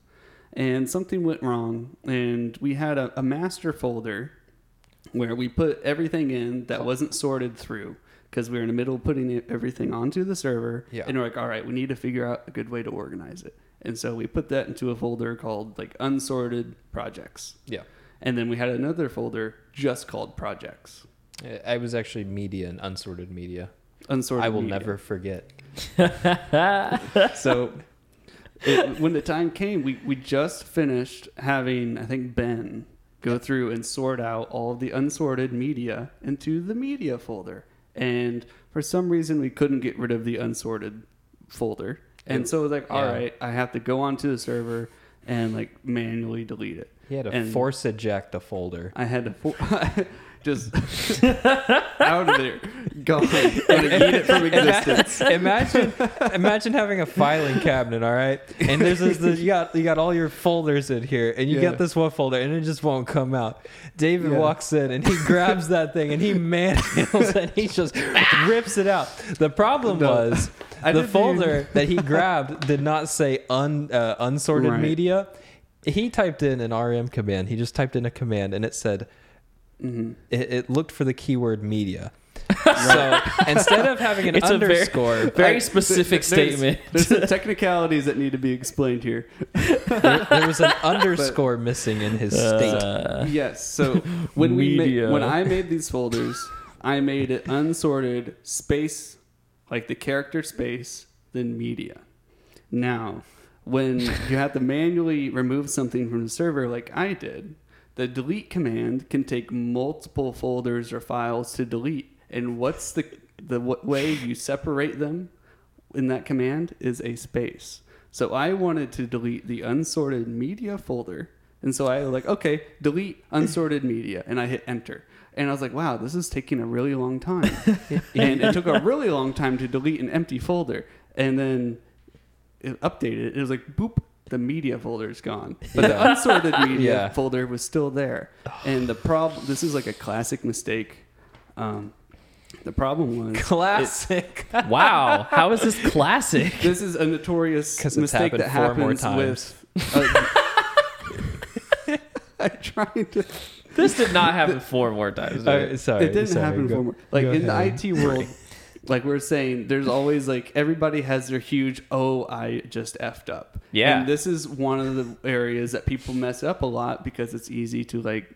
C: And something went wrong, and we had a, a master folder where we put everything in that wasn't sorted through because we were in the middle of putting it- everything onto the server.
A: Yeah.
C: And we're like, all right, we need to figure out a good way to organize it. And so we put that into a folder called like unsorted projects.
A: Yeah,
C: And then we had another folder just called projects.
A: I- I was actually media and unsorted media.
C: Unsorted.
A: I will
C: media.
A: never forget.
C: so it, when the time came, we, we just finished having, I think, Ben go through and sort out all of the unsorted media into the media folder. And for some reason, we couldn't get rid of the unsorted folder. And so it was like, all
A: Yeah.
C: right, I have to go onto the server and like manually delete it.
A: He had to
C: And-
A: force eject a folder.
C: I had to for- (laughs)
A: (laughs)
C: just out of there, gone, gonna eat it from
A: (laughs)
C: existence.
A: imagine, imagine having a filing cabinet, all right? And there's this, this- you got you got all your folders in here, and you
C: Yeah.
A: get this one folder, and it just won't come out. David
C: Yeah.
A: walks in, and he grabs that thing,
C: (laughs)
A: and he manhandles, and he just rips it out. The problem
C: No.
A: was
C: I
A: the
C: didn't
A: folder that he grabbed did not say un, uh, unsorted
C: Right.
A: media. He typed in an RM command. He just typed in a command, and it said it, it looked for the keyword
B: (laughs)
A: media. So instead of having an
B: It's a very-
A: underscore,
B: (laughs) Very
C: Like,
B: specific
C: th- there's-
B: statement. (laughs)
C: There's some technicalities that need to be explained here.
A: there, there was an underscore missing in his state.
B: Uh,
C: Yes.
B: (laughs)
C: So when we made,
B: Media.
C: when I made these folders, I made it unsorted space, like the character space, then media. Now, when you have to manually remove something from the server, like I did, the delete command can take multiple folders or files to delete. And what's the the w- way you separate them in that command is a space. So I wanted to delete the unsorted media folder. And so I was like, okay, delete unsorted media. And I hit enter. And I was like, wow, this is taking a really long time. and it took a really long time to delete an empty folder. And then it updated. It was like, boop, the media
A: (laughs)
C: folder's gone. But the
A: Yeah.
C: unsorted media
A: Yeah.
C: folder was still there. And the problem, this is like a classic mistake. Um, the
A: (laughs)
C: problem was
A: Classic.
B: wow. How is this classic? (laughs)
C: this is a notorious
A: 'Cause it's
C: mistake
A: happened
C: that
A: four more
C: happens with.
A: (laughs)
C: uh, (laughs) I tried to.
B: This did not happen four more times.
A: All
B: did
A: right,
B: it?
A: sorry,
C: it didn't
A: sorry,
C: happen
A: go-
C: four more. Like
A: go
C: in the
A: ahead.
C: IT world, like we're saying, there's always like everybody has their huge oh I just effed up.
B: Yeah.
C: and this is one of the areas that people mess up a lot because it's easy to like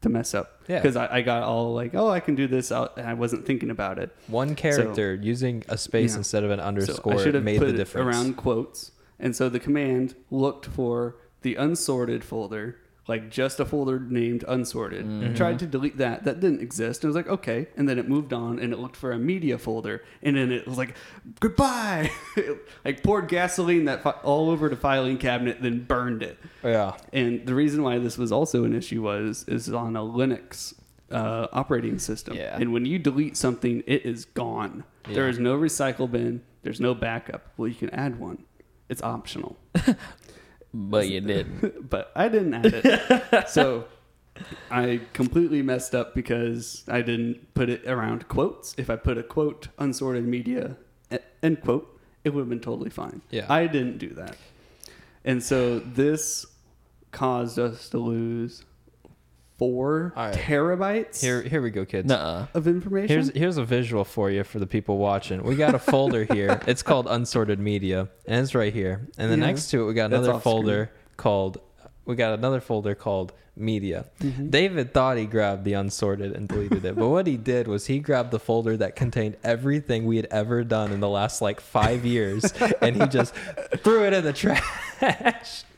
C: to mess up.
A: Yeah.
C: because I, I got all like oh I can do this out and I wasn't thinking about it.
A: One character using a space
C: Yeah.
A: instead of an underscore
C: should have
A: made
C: put
A: the
C: it
A: difference.
C: around quotes. And so the command looked for the unsorted folder, like just a folder named unsorted.
A: Mm-hmm.
C: It tried to delete that. That didn't exist. And I was like, okay. And then it moved on and it looked for a media folder. And then it was like, goodbye. (laughs) It, like poured gasoline that fi- all over the filing cabinet, then burned it.
A: Yeah.
C: And the reason why this was also an issue was is on a Linux uh, operating system.
B: Yeah.
C: And when you delete something, it is gone. There is no recycle bin. There's no backup. Well, you can add one. It's optional.
B: But you didn't.
C: (laughs) but I didn't add
B: (laughs)
C: it. so I completely messed up because I didn't put it around quotes. If I put a quote unsorted media e- end quote, it would have been totally fine.
A: Yeah.
C: I didn't do that. And so this caused us to lose four
A: All right.
C: terabytes
A: Here, here we go, kids.
B: Nuh-uh.
C: of information.
A: Here's here's a visual for you for the people watching. We got a folder here.
C: (laughs)
A: It's called unsorted media, and it's right here. And then
C: Yeah.
A: next to it, we got
C: That's
A: another
C: off screen.
A: folder called we got another folder called media.
C: Mm-hmm.
A: David thought he grabbed the unsorted and deleted it, but what he did was he grabbed the folder that contained everything we had ever done in the last like five
C: (laughs)
A: years, and he just threw it in the trash. (laughs)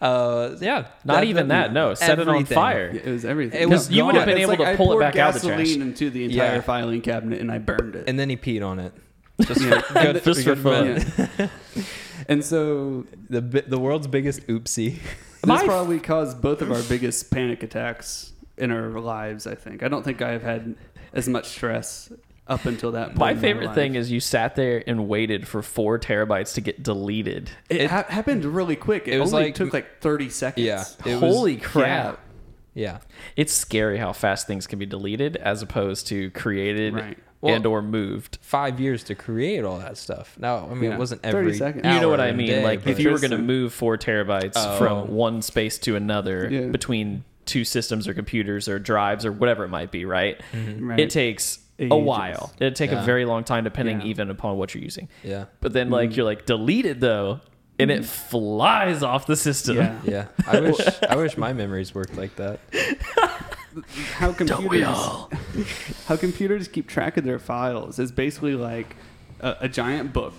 A: Uh, yeah,
B: Not even that. No, set it on
A: Everything.
B: fire.
C: it was everything.
A: It was
B: you would have
A: gone.
B: been
C: It's
B: able
C: like
B: to
C: I
B: pull it
C: poured
B: back out of the
C: gasoline
B: trash.
C: into the entire
A: Yeah.
C: filing cabinet and I burned it.
A: and then he peed on it.
C: Yeah.
A: Good-
B: Just (laughs) for
A: good
B: fun.
A: man.
C: Yeah. (laughs) and so
A: (laughs) The bi- the world's biggest oopsie. (laughs)
C: This
B: My-
C: probably caused both of our biggest panic attacks in our lives. I think. I don't think I've had as much stress up until that point.
B: My
C: in
B: favorite
C: life.
B: thing is you sat there and waited for four terabytes to get deleted.
C: it,
A: it-
C: ha- happened really quick. It,
A: it was
C: only
A: like-
C: took like thirty seconds.
A: Yeah, it was-
B: Holy crap.
A: Yeah.
B: It's scary how fast things can be deleted as opposed to created
C: Right.
B: Well, and or moved.
A: Five years to create all that stuff. No, I mean
C: Yeah.
A: it wasn't
C: 30
A: every.
C: seconds.
B: You know what
A: hour
B: I
A: or
B: mean?
A: day,
B: like
A: but-
B: if you were going to
C: Interesting.
B: move four terabytes
A: Oh.
B: from one space to another
C: Yeah.
B: between two systems or computers or drives or whatever it might be, right?
C: Right.
B: It takes a
C: Ages.
B: while. It'd take
A: Yeah.
B: a very long time depending
C: Yeah.
B: even upon what you're using.
A: yeah,
B: But then like you're like deleted though and it flies off the system.
C: Yeah.
A: yeah. I
B: (laughs)
A: wish I wish my memories worked like that. (laughs)
C: How computers? how computers keep track of their files is basically like a, a giant book.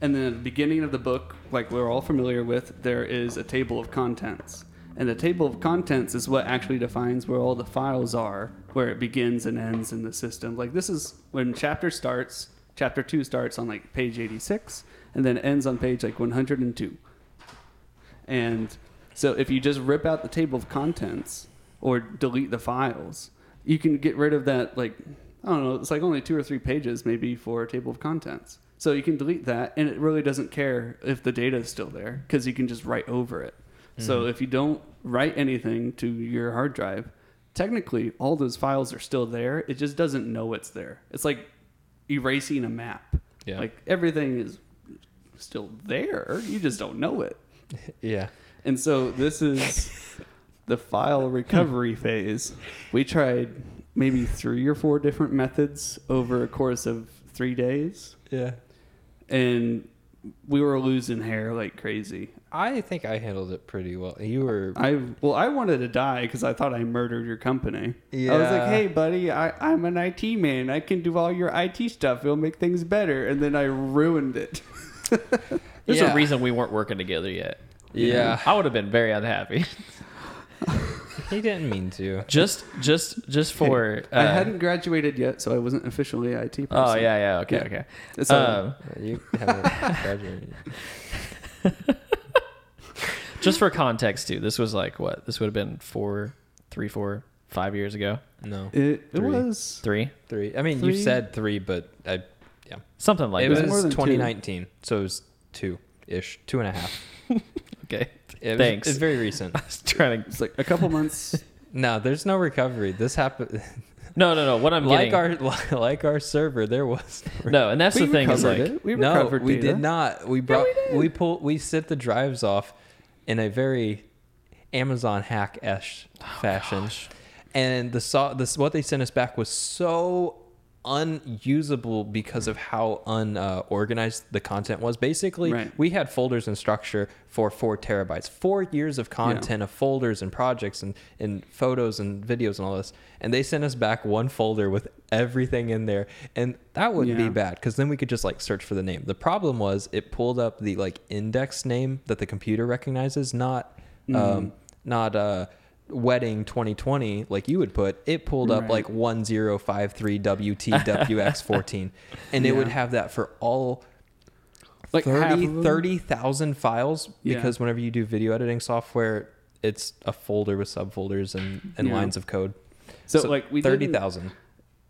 C: And then at the beginning of the book, like we're all familiar with, there is a table of contents. And the table of contents is what actually defines where all the files are, where it begins and ends in the system. Like this is when chapter starts, chapter 2 starts on like page 86 and then ends on page like 102. And so if you just rip out the table of contents or delete the files, you can get rid of that like I don't know, it's like only two or three pages maybe for a table of contents. So you can delete that and it really doesn't care if the data is still there cuz you can just write over it. So if you don't write anything to your hard drive, technically all those files are still there. It just doesn't know it's there. It's like erasing a map.
A: Yeah.
C: Like everything is still there. You just don't know it.
A: Yeah,
C: And so this is the file recovery
B: Hmm.
C: phase. We tried maybe three or four different methods over a course of three days,
A: yeah.
C: and we were losing hair like crazy.
A: I think I handled it pretty well. You were.
C: I well, I wanted to die because I thought I murdered your company. I was like,
A: Yeah.
C: "Hey, buddy, I, I'm an IT man. I can do all your IT stuff. It'll make things better." And then I ruined it.
B: There's
A: Yeah.
B: a reason we weren't working together yet.
A: Yeah.
B: I would have been very unhappy. (laughs)
A: He didn't mean to.
B: just just just for uh,
C: I hadn't graduated yet, so I wasn't officially an IT. Person.
B: Oh yeah, yeah, okay,
C: Yeah.
B: okay.
C: It's uh, all-
B: Um,
A: You haven't graduated.
B: Um, just for context too, this was like what? This would have been four, three, four, five years ago.
A: No,
C: It, it
A: Three.
C: was
B: Three,
A: three. I mean, you
C: Three.
A: said three, but I. Yeah,
B: something like
A: it
B: that.
A: was
C: that. More than two.
A: 2019, so it was two ish, two and a half.
B: (laughs) okay, (laughs)
A: It was-
B: Thanks.
A: It's very
B: (laughs)
A: recent.
B: I was trying to.
C: It's like a couple months.
A: No, there's no recovery. This happened.
B: No, no, no. What I'm
A: Like
B: getting.
A: our (laughs) like our server, there was no
B: no, and that's the thing is like
C: recovered it. We
A: no,
C: recovered
A: we
C: data.
A: did not. We brought
C: we did.
A: we, pull we set the drives off in a very Amazon hack esh
C: Oh,
A: fashion, and the saw this what they sent us back was so unusable because of how unorganized uh, organized the content was. Basically,
C: Right.
A: we had folders and structure for four terabytes, four years of content of folders and projects and, and photos and videos and all this. And they sent us back one folder with everything in there. And that wouldn't
C: Yeah.
A: be bad because then we could just like search for the name. The problem was it pulled up the like index name that the computer recognizes, not,
C: Mm-hmm.
A: um, not, uh, wedding 2020 like you would put it pulled up
C: Right.
A: like 1053
C: (laughs)
A: wtwx14 and it would
C: Yeah.
A: have that for all
C: Like half of
A: Thirty
C: them?
A: thirty thousand 30,000 files
C: Yeah.
A: because whenever you do video editing software, it's a folder with subfolders and, and
C: Yeah.
A: lines of code.
C: So, like, we didn't-
A: 30,000.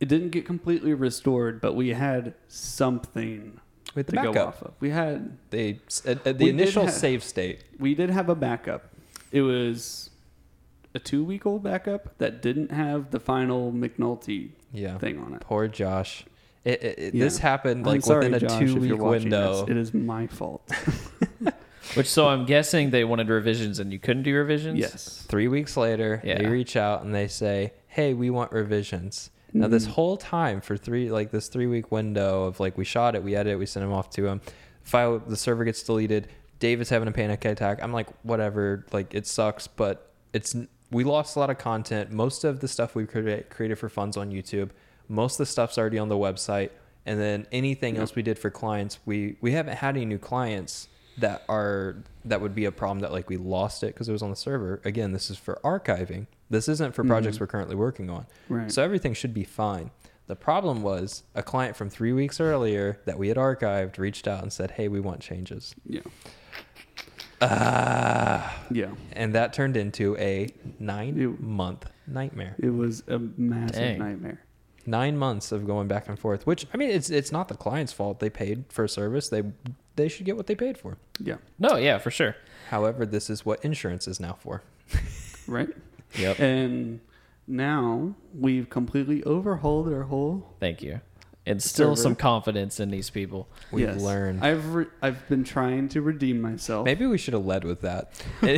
C: It didn't get completely restored, but we had something
A: We had the
C: to go
A: backup.
C: off of. We had
A: They s- at- at
C: We
A: the
C: did
A: initial
C: ha-
A: save state.
C: we did have a backup. It was a two week old backup that didn't have the final McNulty
A: Yeah.
C: thing on it.
A: Poor Josh. It, it, it-
C: Yeah.
A: This happened
C: I'm
A: like
C: sorry,
A: within a
C: Josh, if
A: two
C: you're
A: week
C: watching
A: window.
C: this. It is my fault.
B: Which so I'm guessing they wanted revisions and you couldn't do revisions.
C: Yes.
A: Three weeks later, they
B: Yeah.
A: reach out and they say, "Hey, we want revisions." Now
C: Mm-hmm.
A: this whole time for three like this three week window of like we shot it, we edit, it, we send them off to him. File the server gets deleted. David's having a panic attack. I'm like, whatever. Like it sucks, but it's we lost a lot of content. Most of the stuff we create, created for funds on YouTube. Most of the stuff's already on the website. And then anything else we did for clients, we we haven't had any new clients that are that would be a problem that like we lost it because it was on the server again this is for archiving this isn't for projects we're currently working on
C: Right.
A: so everything should be fine the problem was a client from three weeks earlier that we had archived reached out and said hey we want changes
C: Yeah.
A: Ah
C: Yeah.
A: and that turned into a nine
C: Ew.
A: month nightmare
C: It was a massive
B: Dang.
C: nightmare.
A: nine months of going back and forth which i mean it's it's not the client's fault they paid for a service they they should get what they paid for
C: Yeah.
B: No, yeah, for sure.
A: however this is what insurance is now for
C: Right?
A: yep
C: And now we've completely overhauled our whole
B: Thank you. And still
C: Server.
B: some confidence in these people.
A: we've
C: Yes.
A: learned
C: I've re- I've been trying to redeem myself.
A: Maybe we should have led with that.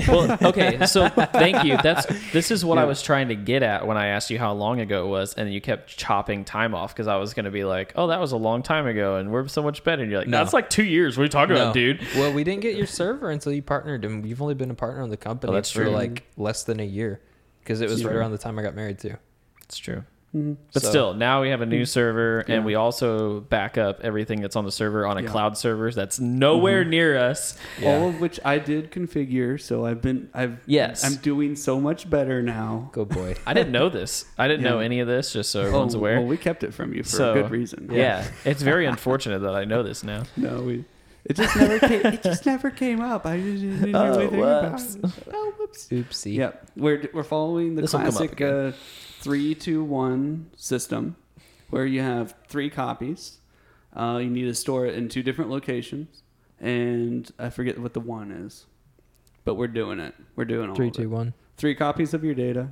B: well, okay,
C: (laughs)
B: so thank you. That's this is what I
C: Yeah.
B: was trying to get at when I asked you how long ago it was, and you kept chopping time off because I was going to be like, "Oh, that was a long time ago," and we're so much better. And you're like,
A: No.
B: "No, it's like two years. What are you talking about, dude?"
A: Well, we didn't get your server until you partnered, and you've only been a partner on the company
B: Oh, that's
A: for
B: true.
A: like less than a year because it was right
C: True.
A: around the time I got married too.
B: It's true.
C: Mm-hmm.
B: But
A: So-
B: still, now we have a new server,
C: Mm. Yeah.
B: and we also back up everything that's on the server on a
C: Yeah. Mm-hmm.
B: cloud server that's nowhere near us.
A: Yeah.
C: All of which I did configure, so I've been I've
B: Yes.
C: I'm doing so much better now.
A: Good
B: (laughs)
A: boy.
B: I didn't know this. I didn't
C: Yeah.
B: know any of this. Just so everyone's
C: oh,
B: aware.
C: Well, we kept it from you for
B: So,
C: a good reason.
B: yeah. it's
C: (laughs)
B: very unfortunate that I know this now.
C: No, we. It just never came. It just never came up. I just didn't do
B: (laughs) Oh,
C: anything
B: whoops.
C: about it. Oh, whoops.
A: Oopsie.
C: Yep. We're we're following the
B: This'll come up
C: classic uh, three two one system, where you have three copies. Uh, you need to store it in two different locations, and I forget what the one is, but we're doing it. We're doing all
A: Three,
C: of it.
A: two, one.
C: Three copies of your data.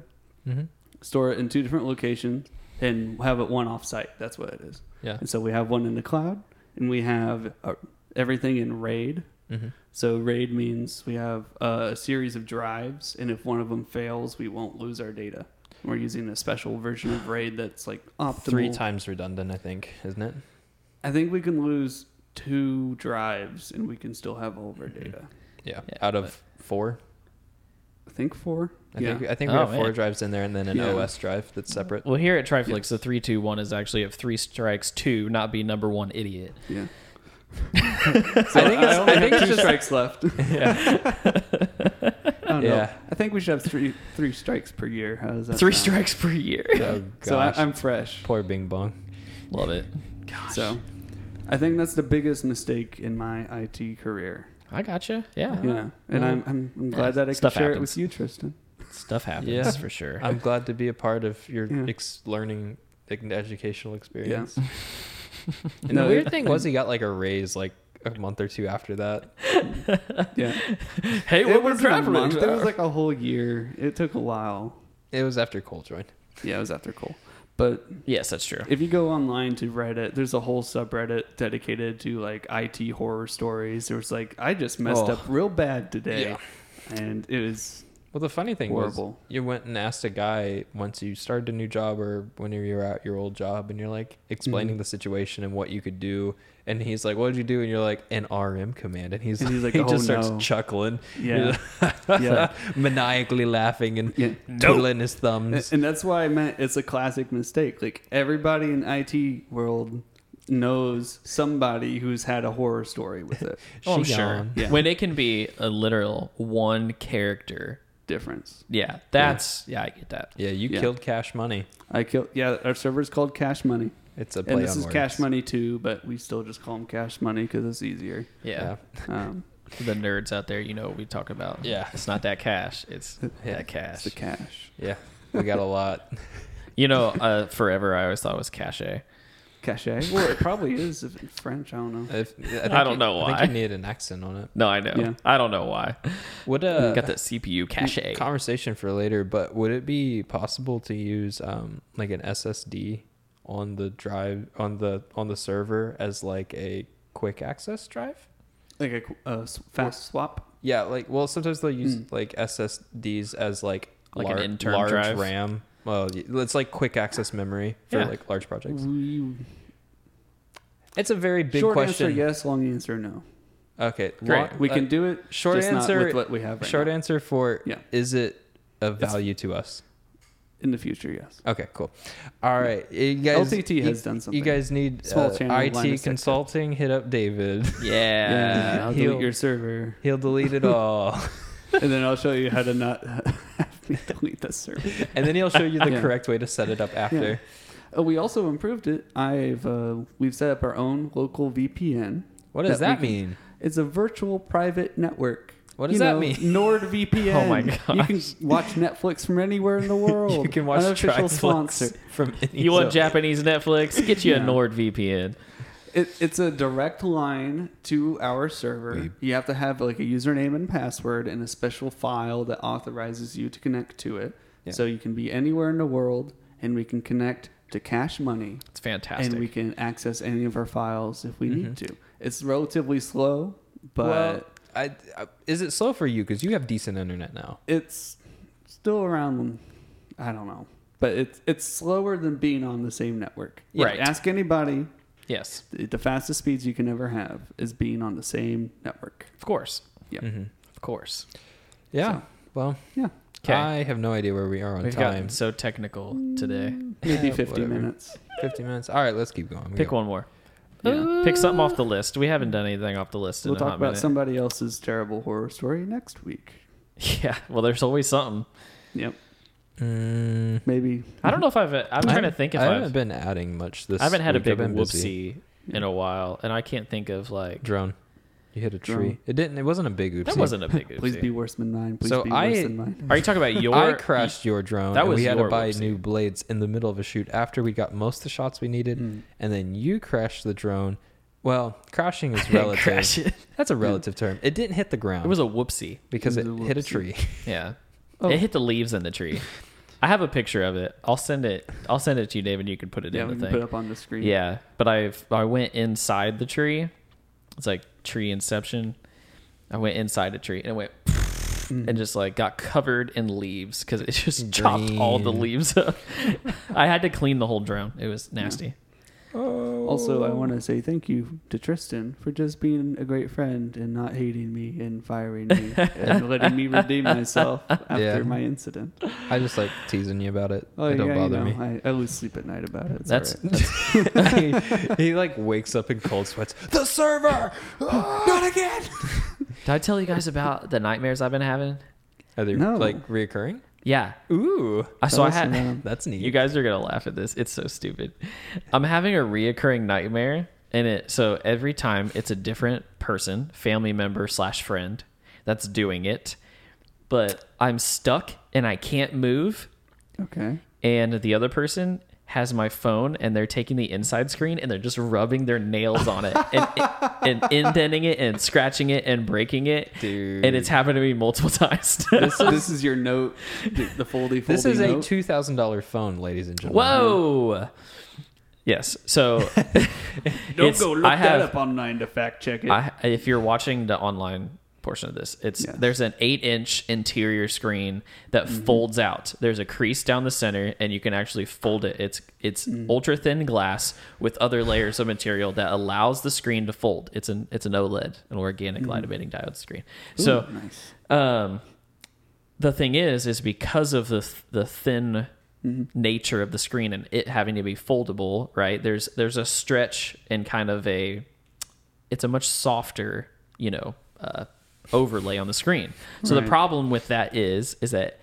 A: Mhm.
C: Store it in two different locations, and have it one offsite. That's what it is.
A: Yeah.
C: And so we have one in the cloud, and we have uh, everything in RAID.
A: Mhm.
C: So RAID means we have uh, a series of drives, and if one of them fails, we won't lose our data. We're using a special version of RAID that's like optimal.
A: Three times redundant, I think, isn't it?
C: I think we can lose two drives, and we can still have all of our data.
A: Yeah.
B: Yeah,
A: Out of four,
C: I think four.
A: I
C: yeah.
A: think I think we
B: Oh,
A: have four
B: man.
A: drives in there, and then an
C: Yeah.
A: OS drive that's separate.
B: Well, here at Triflix,
C: Yes.
B: the three two one is actually of three strikes two, not be number one
C: (laughs)
B: idiot.
A: (laughs)
C: yeah.
A: I think it's,
C: only
A: I think
C: have
A: it's
C: two
A: just
C: strikes left. I don't know.
A: Yeah.
C: I think we should have three three strikes per year. How does
B: (laughs)
C: that?
B: Three
C: sound?
B: strikes per year.
A: oh gosh,
C: So I, I'm fresh.
A: poor Bing
B: (laughs)
A: Bong.
B: Love it.
C: So I think that's the biggest mistake in my IT career.
B: I gotcha. Yeah.
C: Yeah. And
A: well,
C: I'm, I'm, I'm glad that I could
B: stuff
C: share it
B: happens.
C: with you, Tristan.
B: Stuff happens
A: Yeah.
B: for sure.
C: Uh,
A: I'm glad to be a part of your
C: Yeah.
A: ex- learning like, educational
C: Yeah.
A: experience. And
C: No,
A: the weird
C: it-
A: thing was, he got like a raise like a month or two after that.
C: yeah.
B: hey,
C: It
B: what we're
C: was a
B: traveling.
C: month.
B: (laughs)
C: It was like a whole year. It took a while.
A: It was after Cole joined.
C: Yeah, it was after Cole. But
B: yes, that's true.
C: if you go online to Reddit, there's a whole subreddit dedicated to like IT horror stories. There was like, I just messed
A: Oh.
C: up real bad today.
A: Yeah.
C: And it was
A: Well, the funny thing was,
C: Horrible.
A: you went and asked a guy once you started a new job or whenever you were at your old job, and you're like
C: Mm-hmm.
A: explaining the situation and what you could do, and he's like, "What did you do?" And you're like, "An RM command," and he's,
C: And he's
A: (laughs)
C: like,
A: he
C: "Oh,
A: just starts
C: no."
A: chuckling, (laughs)
C: Yeah.
A: yeah, maniacally laughing and
C: Yeah.
A: twiddling his
C: And,
A: thumbs.
C: and that's why I meant it's a classic mistake. Like everybody in IT world knows somebody who's had a horror story with it.
B: Oh, I'm
A: She
B: sure.
A: gone.
C: Yeah.
B: When it can be a literal one character.
C: Difference.
B: Yeah, that's yeah, I get that.
A: Yeah, you
C: Yeah.
A: killed cash money.
C: I killed. Yeah, our server's called Cash Money,
A: It's a play
C: and this
A: on
C: is
A: words.
C: Cash Money too, but we still just call them Cash Money because it's easier.
B: Yeah.
C: Um,
B: The nerds out there, you know what we talk about.
A: Yeah.
B: It's not that cash.
C: (laughs)
B: It's
A: Yeah.
B: that
C: it's
B: cash.
C: the cash.
A: yeah, we got a lot. (laughs)
B: You know, uh, forever I always thought was cachet.
C: Cachet. Well, it probably is if it's French. I don't know.
A: If, I, think
B: don't
A: you-
B: know
A: I
B: why.
A: think you need an accent on it.
B: No, I know.
C: Yeah.
B: I don't know why.
A: What uh,
B: Got that CPU cachet.
A: conversation for later, but would it be possible to use um, like an SSD on the drive on the on the server as like a quick access drive?
C: like a, qu- a s- fast swap.
A: Yeah, like well, sometimes they'll use
C: Hmm.
A: like SSDs as like,
B: Like an
A: lar-
B: intern
A: large
B: drive?
A: RAM. Well, y- it's like quick access memory for
B: Yeah.
A: like large projects.
C: Ooh.
A: It's a very big
C: Mm-hmm. Short
A: question.
C: answer yes, long answer no.
A: Okay,
B: Great.
A: lo-
C: We
A: uh,
C: can do it.
A: short
C: just not
A: answer-
C: with what we have right
A: short
C: now.
A: answer for
C: Yeah.
A: is it of
C: It's-
A: value to us?
C: in the future. Yes.
A: Okay, cool. All right, you guys.
C: LTT
A: you-
C: has done something.
A: You guys need
C: Small
A: uh,
C: channel, line of
A: IT
C: sight.
A: consulting. Hit up David. (laughs)
B: Yeah.
C: I'll
A: he'll-
C: delete your server,
A: He'll delete it
C: (laughs)
A: all,
C: and then I'll show you how to not have me (laughs) delete the server.
A: and then he'll show you the
C: Yeah.
A: correct way to set it up after.
C: Oh, we also improved it. I've uh, we've set up our own local VPN.
A: What does that,
C: That we can-
A: mean? (laughs)
C: It's a virtual private network.
A: What does
C: You
A: that
C: know,
A: mean? (laughs)
C: NordVPN.
B: Oh my
C: You can watch Netflix from anywhere in the world.
A: You can watch
C: Unofficial
A: Triathlons
C: sponsor.
A: (laughs) from any
B: You want
A: zone.
B: Japanese Netflix? Get you a
C: Yeah.
B: NordVPN.
C: It, it's a direct line to our server. You have to have like a username and password and a special file that authorizes you to connect to it.
A: Yeah.
C: So you can be anywhere in the world, and we can connect to Cash Money.
B: It's fantastic.
C: and we can access any of our files if we need to. It's relatively slow, but
A: Mm-hmm. well, I, I, is it slow for you because you have decent internet now?
C: it's still around. I don't know, but it's it's slower than being on the same network.
B: Yeah. Right.
C: Ask anybody.
B: yes,
C: The fastest speeds you can ever have is being on the same network.
B: of course,
A: Mm-hmm.
B: of course.
A: Yeah. well,
C: Yeah,
B: Okay.
A: I have no idea where we are on
B: We've gotten
A: time.
B: so technical today.
C: maybe
A: Yeah,
C: fifty
A: whatever.
C: minutes.
A: Fifty minutes. All right, let's keep going. We
B: Pick
A: got-
B: one more.
C: Yeah.
B: Pick something off the list. We haven't done anything off the list.
C: We'll
B: in a
C: talk
B: hot
C: about
B: minute.
C: somebody else's terrible horror story next week.
B: (laughs) Yeah. Well, there's always
A: (laughs)
B: something.
C: Yep,
A: Mm,
C: maybe.
B: I don't know if I've. I'm trying to think if
A: I
B: I've.
A: haven't been adding much this.
B: I haven't had a
A: week. I've
B: big
A: been busy.
B: whoopsie in a while, and I can't think of like
A: Drone. You hit a tree.
C: Drone.
A: It didn't. It wasn't a big oopsie.
B: that wasn't
A: (laughs)
B: a big.
C: Please
B: oopsie.
C: be worse than mine. Please
A: So
C: be
A: I-
C: worse than mine.
B: Are you talking about
A: (laughs)
B: your? (laughs)
A: I crashed your drone.
B: That
A: and
B: was
A: we had to
B: your
A: buy
B: whoopsie.
A: new blades in the middle of a shoot after we got most of the shots we needed,
C: Mm.
A: and then you crashed the drone. Well, crashing
B: (laughs)
A: is relative.
B: Crash it.
A: That's a relative term. It didn't hit the ground
B: (laughs) It was a whoopsie.
A: because
C: It
A: it,
C: was a
A: hit a
C: whoopsie.
A: tree. (laughs)
B: Yeah.
C: Oh.
B: It hit the leaves in the
C: (laughs)
B: tree. I have a picture of it. I'll send it. I'll send it to you, David. You can put it
C: Yeah,
B: in
C: we
B: the
C: can
B: thing.
C: put up on the screen.
B: Yeah, but I've I went inside the tree. It's like tree inception. I went inside a tree and it went
C: Mm.
B: and just like got covered in leaves because it just chopped all the
A: Green.
B: leaves up. I had to clean the whole drone. It was nasty.
A: Oh.
C: Also, I want to say thank you to Tristan for just being a great friend and not hating me and firing me and letting me
B: (laughs)
C: redeem myself after
A: Yeah.
C: my incident.
A: I just like teasing you about it.
C: Oh,
A: it don't
C: yeah,
A: bother
C: you know, (laughs)
A: me.
C: I, I lose sleep at night about it. It's
B: That's,
C: all right.
B: that's
A: (laughs)
B: (laughs)
C: (laughs)
A: he, he, like wakes up in cold sweats. The
C: (gasps)
A: server, not again.
B: did I tell you guys about the nightmares I've been having?
A: Are they
C: No.
A: like reoccurring?
B: Yeah.
A: Ooh,
B: I- so I
C: Tell us about
B: had
C: 'em.
A: that's neat.
B: You guys are gonna laugh at this. It's so stupid. I'm having a reoccurring nightmare, and it so every time it's a different person, family member slash friend, that's doing it. But I'm stuck and I can't move,
C: okay.
B: and the other person has my phone and they're taking the inside screen and they're just rubbing their nails on it and, (laughs) and indenting it and scratching it and breaking it
A: Dude.
B: and it's happened to me multiple (laughs) times
C: This is, this is your note, the, the foldy foldy
A: This is a
C: note.
A: two thousand dollar phone, ladies and gentlemen.
B: Whoa. Yes. So
C: (laughs)
B: (laughs)
C: Don't
B: it's-
C: go look
B: I have,
C: that up online to fact check it.
B: I, if you're watching the online portion of this, it's
C: Yeah. Mm-hmm.
B: there's an eight inch interior screen that folds out. There's a crease down the center, and you can actually fold it. It's it's
C: Mm.
B: ultra thin glass with other layers of material that allows the screen to fold. It's an it's an OLED, an organic light emitting diode screen. so
C: Mm. nice.
B: um, the thing is, is because of the th- the thin nature of the screen and it having to be foldable, right? There's there's a stretch and kind of a it's a much softer, you know, uh, overlay on the screen. So the
C: Right.
B: problem with that is, is that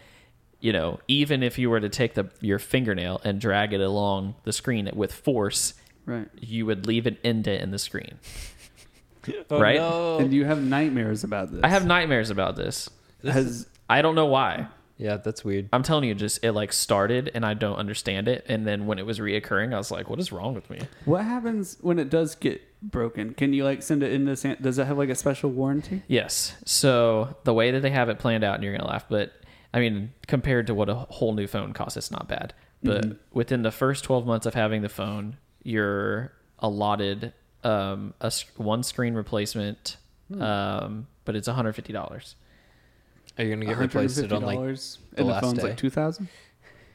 B: you know, even if you were to take the your fingernail and drag it along the screen with force,
C: Right.
B: you would leave an indent in the screen.
A: Oh,
B: Right?
A: no.
C: And you have nightmares about this.
B: I have nightmares about this.
C: Has,
B: I don't know why.
A: Yeah, that's weird.
B: I'm telling you, just it like started and I don't understand it. And then when it was reoccurring, I was like, what is wrong with me?
C: what happens when it does get broken? Can you like send it into? San- Does it have like a special warranty?
B: Yes. So the way that they have it planned out, and you're going to laugh, but I mean, compared to what a whole new phone costs, it's not bad. But within the first 12 months of having the phone, you're allotted um, a s- one screen replacement um, but it's one hundred fifty dollars.
A: Are you gonna get replaced on like?
C: $150
A: the
C: and the
A: last
C: phone's
A: day.
C: like two thousand. (laughs)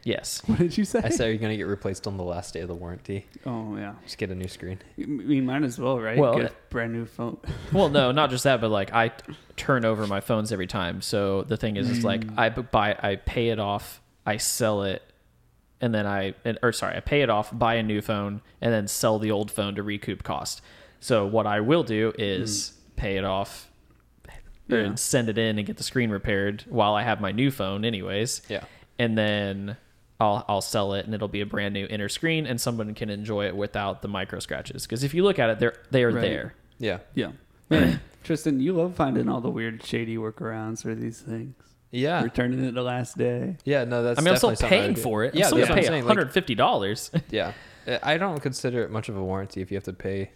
B: Yes,
C: What did you say?
A: I said, are you gonna get replaced on the last day of the warranty?
C: (laughs) Oh yeah,
A: Just get a new screen.
C: I mean, might as well, right?
B: Well,
C: Get a
A: uh,
B: it-
C: brand new phone. (laughs)
B: well, no, not just that, but like I t- turn over my phones every time. So the thing is, is
C: Mm.
B: like I b- buy, I pay it off, I sell it, and then I, and, or sorry, I pay it off, buy a new phone, and then sell the old phone to recoup cost. So what I will do is pay it off, or
C: Mm. Yeah.
B: send it in and get the screen repaired while I have my new phone, anyways.
A: Yeah.
B: and then. I'll, I'll sell it and it'll be a brand new inner screen and someone can enjoy it without the micro scratches because if you look at it they're they are
C: Right.
B: there
A: Yeah.
C: Yeah,
A: (clears throat)
C: man, Tristan, you love finding all the weird shady workarounds for these things.
A: Yeah.
C: Returning it the last day.
A: Yeah. No, that's.
B: I mean, I'm still
A: definitely something I
B: paying
A: would do.
B: for it. I'm
A: Yeah,
B: still
A: that's
B: gonna
A: what
B: pay
A: I'm saying. Like,
B: $150.
A: yeah, I don't consider it much of a warranty if you have to pay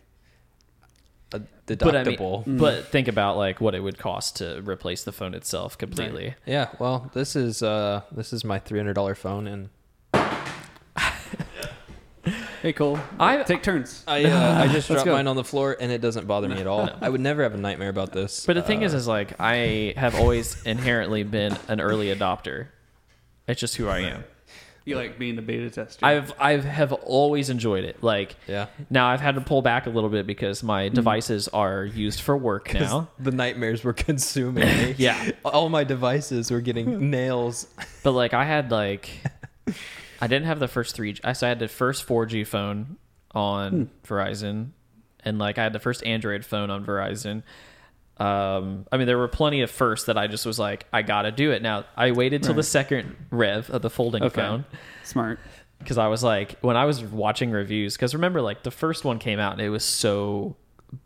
A: a
B: (laughs) but I mean,
A: deductible. Mm-hmm.
B: but think about like what it would cost to replace the phone itself completely.
A: Yeah, well, this is uh this is my three hundred dollar phone, and
C: Hey Cole,
B: I-
C: take turns.
A: I uh, (laughs) I just
C: Let's
A: dropped
C: go.
A: mine on the floor, and it doesn't bother me at
B: (laughs)
A: all. I would never have a nightmare about this.
B: But the thing
A: Uh,
B: is, is like I have always (laughs) inherently been an early adopter. It's just who I am.
C: You like being a beta tester.
B: I've I've have always enjoyed it. Like
A: yeah,
B: now I've had to pull back a little bit because
A: Mm.
B: my devices are used
A: (laughs)
B: for work now.
A: the nightmares were (laughs) consuming me.
B: Yeah.
A: all my devices were
B: (laughs)
A: getting nails.
B: But like I had like I didn't have the first three. I so I had the first four G phone on
C: Hmm.
B: Verizon, and like I had the first Android phone on Verizon. Um, I mean, there were plenty of firsts that I just was like, I gotta do it now. I waited till the
C: Right.
B: second rev of the folding
C: Okay.
B: phone
C: smart.
B: because I was like, when I was watching reviews, because remember, like the first one came out and it was so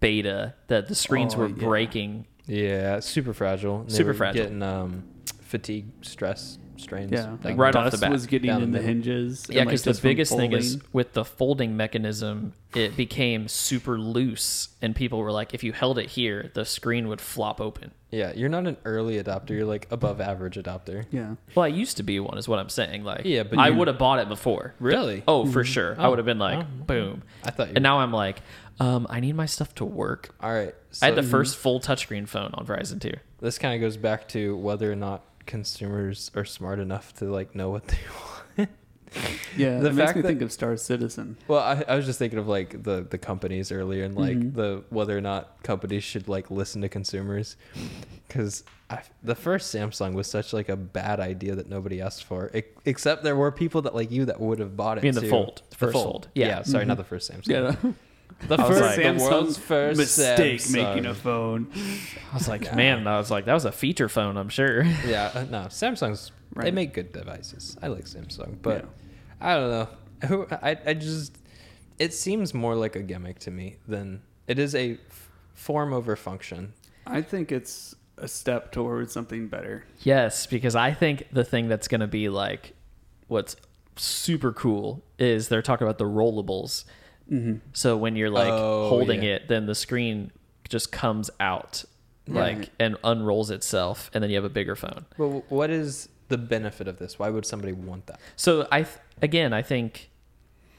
B: beta that the screens
C: Oh,
B: were
C: yeah.
B: breaking.
A: Yeah, super fragile. and they
B: Super
A: were
B: fragile.
A: Getting um, fatigue, stress, strains.
C: Yeah,
A: like,
B: right off
C: dust
B: the bat,
C: was getting
A: down the
C: in the
A: middle.
C: hinges. and,
B: Yeah,
C: like,
B: because
C: just
B: the
C: from
B: biggest thing is
C: folding.
B: with the folding mechanism, it became super loose, and people were like, if you held it here, the screen would flop open.
A: yeah, you're not an early adopter. You're like above average adopter.
C: yeah.
B: Well, I used to be one, is what I'm saying. Like,
A: Yeah, but
B: I
A: you-
B: would have bought it before.
A: Really?
B: Oh, for sure. I would have been like, boom.
A: I thought you.
B: And now I'm like, um, I need my stuff to work.
A: all right.
B: I
A: so-
B: had the first full touchscreen phone on Verizon too.
A: this kind of goes back to whether or not consumers are smart enough to like know what they (laughs) want.
C: Yeah,
A: The
C: it makes
A: fact
C: me
A: that-
C: think of Star Citizen.
A: well, I, I was just thinking of like the the companies earlier and like the whether or not companies should like listen to consumers because the first Samsung was such like a bad idea that nobody asked for e- except there were people that like you that would have bought it.
B: You mean the
A: too.
B: Fold, the first Fold.
A: Yeah,
B: Yeah.
A: sorry, not the first Samsung.
C: (laughs) Yeah,
A: the
B: I was
A: first
B: like-
A: the world's first
C: mistake
A: Samsung.
C: making a phone.
B: I was like, man, I was like, that was a feature phone, I'm sure. (laughs)
A: yeah, uh, no, Samsung's they
C: Right.
A: make good devices. I like Samsung, but I don't know. (laughs) Who I I just it seems more like a gimmick to me than it is a f- form over function.
C: I think it's a step towards something better.
B: Yes, because I think the thing that's going to be like what's super cool is they're talking about the rollables. So when you're like
A: Oh,
B: holding
A: yeah.
B: it, then the screen just comes out
C: Right.
B: like and unrolls itself and then you have a bigger phone.
A: But wh- what is the benefit of this? Why would somebody want that?
B: So I th- again, I think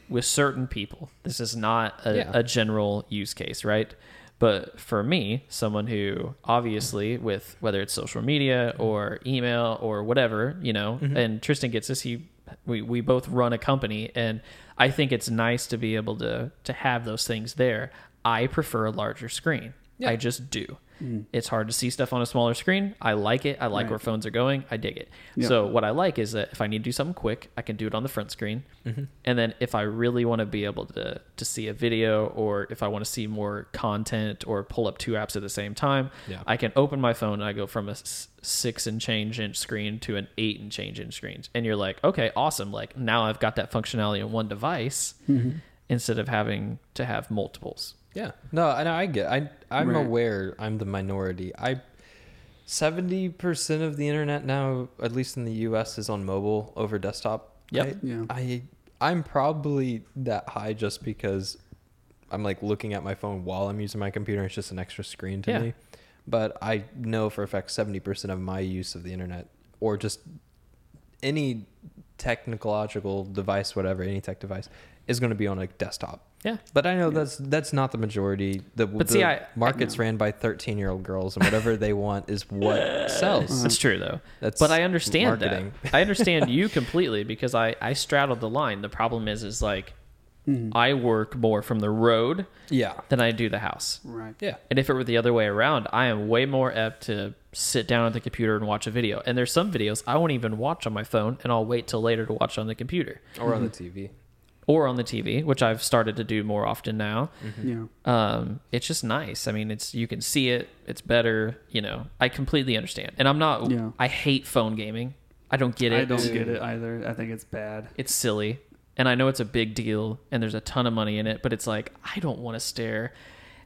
B: with certain people, this is not a,
A: Yeah.
B: a general use case, right? But for me, someone who obviously with whether it's social media or email or whatever, you know, and Tristan gets this, he we, we both run a company and I think it's nice to be able to to have those things there. I prefer a larger screen.
A: Yeah.
B: I just do. It's hard to see stuff on a smaller screen. I like it. I like
C: Mm. Right.
B: where phones are going. I dig it.
C: Yeah.
B: So what I like is that if I need to do something quick, I can do it on the front screen. And then if I really want to be able to to see a video or if I want to see more content or pull up two apps at the same time,
A: Yeah.
B: I can open my phone and I go from a s- 6 and change inch screen to an 8 and change inch screen. And you're like, "Okay, awesome. Like now I've got that functionality in one device instead of having to have multiples."
A: Yeah. No, I know I get. I I'm
C: Right.
A: aware I'm the minority. I 70% of the internet now at least in the US is on mobile over desktop.
B: Yep.
A: I,
C: Yeah.
A: I I'm probably that high just because I'm like looking at my phone while I'm using my computer. It's just an extra screen to
B: Yeah.
A: me. But I know for a fact 70% of my use of the internet or just any technological device, whatever, any tech device, is going to be on a desktop.
B: Yeah.
A: But I know that's that's not the majority. The,
B: But
A: the
B: see, I- I-
A: market's ran by thirteen year old girls, and whatever they want is what
B: (laughs)
A: sells.
B: That's true though.
A: That's
B: but I understand
A: marketing. (laughs)
B: that. I understand you completely because I I straddled the line. The problem is is like
A: Mm-hmm.
B: I work more from the road
A: Yeah,
B: than I do the house.
C: Right.
A: yeah,
B: And if it were the other way around, I am way more apt to sit down at the computer and watch a video. And there's some videos I won't even watch on my phone and I'll wait till later to watch on the computer
A: or on the
B: Mm-hmm.
A: TV.
B: or on the TV, which I've started to do more often now.
C: Yeah.
B: Um, it's just nice. I mean, it's you can see it, it's better, you know. I completely understand. And I'm not
C: Yeah.
B: I hate phone gaming. I don't get it.
C: I don't get it either. I think it's bad.
B: It's silly. And I know it's a big deal and there's a ton of money in it, but it's like I don't want to stare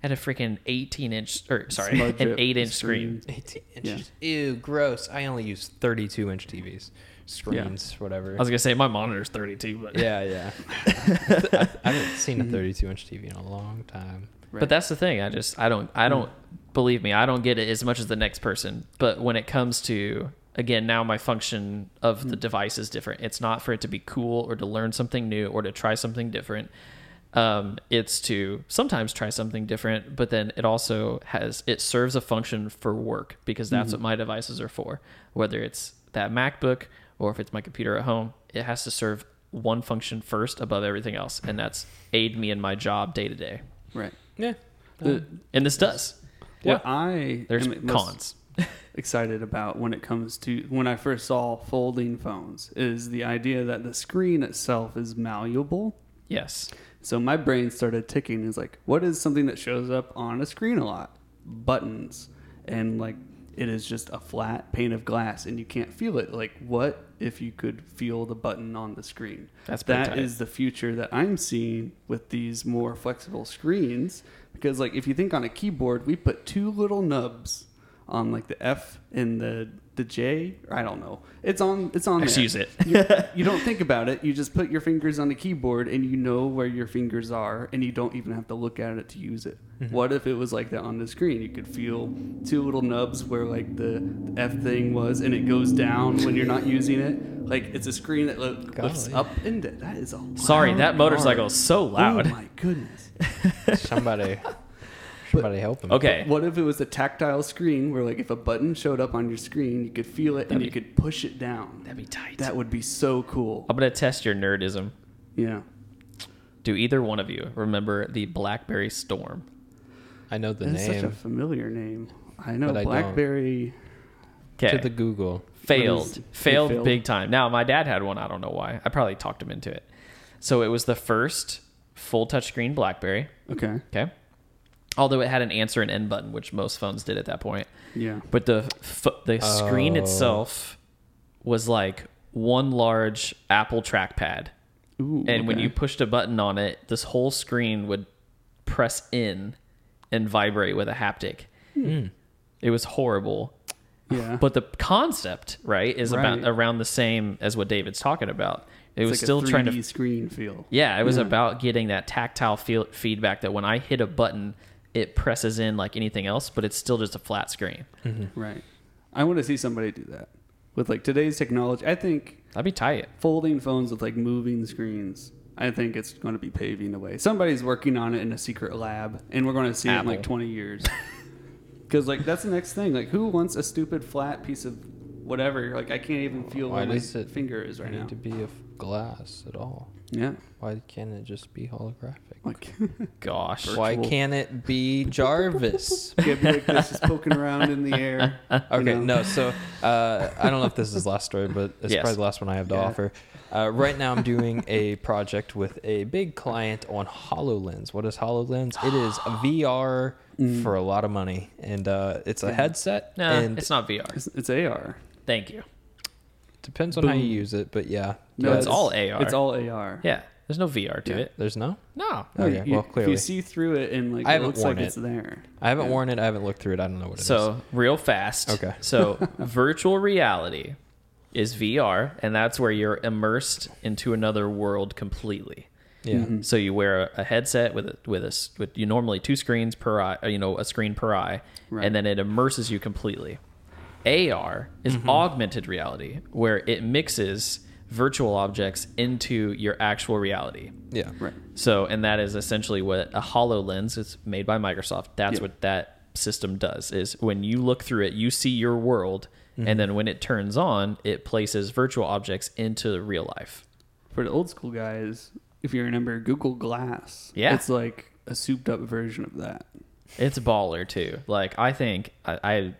B: at a freaking 18 inch or sorry, (laughs)
C: Smudge
B: an
C: it
B: 8 inch
C: screen.
B: screen.
A: Eighteen inches. Ew, gross. I only use thirty-two inch TVs, screens, whatever.
B: I was gonna say my monitor's 32, but (laughs)
A: yeah, yeah. I, I haven't seen a
B: Mm-hmm.
A: thirty-two inch TV in a long time.
B: but that's the thing. I just I don't I don't believe me. I don't get it as much as the next person. But when it comes to again now my function of the device is different. It's not for it to be cool or to learn something new or to try something different. Um, it's to sometimes try something different, but then it also has it serves a function for work because that's what my devices are for. Whether it's that MacBook or if it's my computer at home, it has to serve one function first above everything else, and that's aid me in my job day to day.
C: Right.
A: Yeah.
C: The-
B: Uh, And this does.
C: What I
B: There's
C: am most
B: cons.
C: excited about when it comes to when I first saw folding phones is the idea that the screen itself is malleable.
B: Yes.
C: So my brain started ticking. Is like, what is something that shows up on a screen a lot? Buttons, and like, it is just a flat pane of glass, and you can't feel it. Like, what if you could feel the button on the screen?
B: That's pretty
C: that
B: tight.
C: is the future that I'm seeing with these more flexible screens. Because like, if you think on a keyboard, we put two little nubs on like the F and the the J. I don't know. It's on. It's on.
B: Just
C: there
B: use it. (laughs)
C: you you don't think about it. You just put your fingers on the keyboard and you know where your fingers are and you don't even have to look at it to use it.
B: Mm-hmm.
C: What if it was like that on the screen? You could feel two little nubs where like the F thing was and it goes down when you're not using it. Like it's a screen that lo- lifts
A: Golly.
C: up and d- that is a
B: Sorry,
C: loud
B: that motorcycle
C: car.
B: is so
C: Oh
B: loud.
C: my
B: (laughs)
C: goodness.
A: Somebody, somebody help him.
B: Okay.
C: What if it was a tactile screen where like if a button showed up on your screen, you could feel it and
B: That'd
C: you
B: be-
C: could push it down.
B: That'd be tight.
C: That would be so cool.
B: I'm gonna test your nerdism.
C: Yeah.
B: Do either one of you remember the BlackBerry Storm?
A: I know the
C: That's
A: name.
C: such a familiar name. I know
A: But I don't.
C: BlackBerry.
A: to
B: Okay.
A: the Google.
B: failed.
C: What is-
B: failed,
C: it failed?
B: big time. Now my dad had one. I don't know why. I probably talked him into it. So it was the first full touchscreen BlackBerry.
C: Okay.
B: Okay. Although it had an answer and end button, which most phones did at that point.
C: Yeah.
B: But the f- the screen
A: Oh.
B: itself was like one large Apple trackpad,
C: Ooh,
B: and when
C: okay.
B: you pushed a button on it, this whole screen would press in and vibrate with a haptic.
A: Hmm.
B: It was horrible.
C: yeah,
B: (laughs) But the concept, right, is
C: Right.
B: about around the same as what David's talking about. It
C: It's
B: was
C: like a
B: still trying to
C: 3D screen feel.
B: yeah, it was about getting that tactile feel- feedback that when I hit a button, it presses in like anything else, but it's still just a flat screen.
C: Right. I want to see somebody do that with like today's technology. I think
B: That'd be tight.
C: folding phones with like moving screens. I think it's going to be paving the way. Somebody's working on it in a secret lab, and we're going to see it in like
B: Apple.
C: 20 years. (laughs) Because like that's the next thing. Like, who wants a stupid flat piece of whatever? Like, I can't even feel
A: Why
C: where my
A: does it
C: finger is right
A: need
C: now.
A: to be of glass at all?
C: yeah.
A: Why can't it just be holographic?
C: Like. (laughs)
B: Gosh.
A: Why
C: virtual-
A: can't it be
B: (laughs)
A: Jarvis?
C: Can't be like this, just poking around in the air. you
A: Okay,
C: know?
A: no. So uh, I don't know if this is the last story, but it's
B: Yes.
A: probably the last one I have to
C: Yeah.
A: offer. Uh, right now, I'm doing a project with a big client on Hololens. What is Hololens? It
B: (gasps)
A: is a VR
B: Mm.
A: for a lot of money, and uh, it's a headset.
B: No,
A: and
B: it's not VR.
C: It's, it's AR.
B: Thank you.
A: depends on how you
C: Boom.
A: use it, but yeah,
B: No,
A: But
B: it's all AR.
C: It's all AR.
B: Yeah, there's no VR to
C: Yeah.
B: it.
A: There's no.
B: No.
C: No,
A: Okay,
C: you-
A: well,
C: If
A: clearly.
C: you see through it and like
A: I
C: it
A: haven't
C: looks like
A: worn
C: it's
A: it.
C: there.
A: I haven't
C: Yeah.
A: worn it. I haven't looked through it. I don't know what it is.
B: So real fast.
A: Okay.
B: So virtual reality is VR, and that's where you're immersed into another world completely.
A: yeah,
B: So you wear a, a headset with a, with a s- with you normally two screens per eye, uh, you know, a screen per eye,
C: Right.
B: and then it immerses Mm-hmm. you completely. AR is augmented reality, where it mixes virtual objects into your actual reality.
A: Yeah.
C: Right.
B: So, and that is essentially what a HoloLens is made by Microsoft. That's
C: Yeah.
B: what that system does is when you look through it, you see your world and then when it turns on, it places virtual objects into real life.
C: For the old school guys, if you remember Google Glass,
B: Yeah.
C: it's like a souped up version of that.
B: It's baller too. Like I think I I,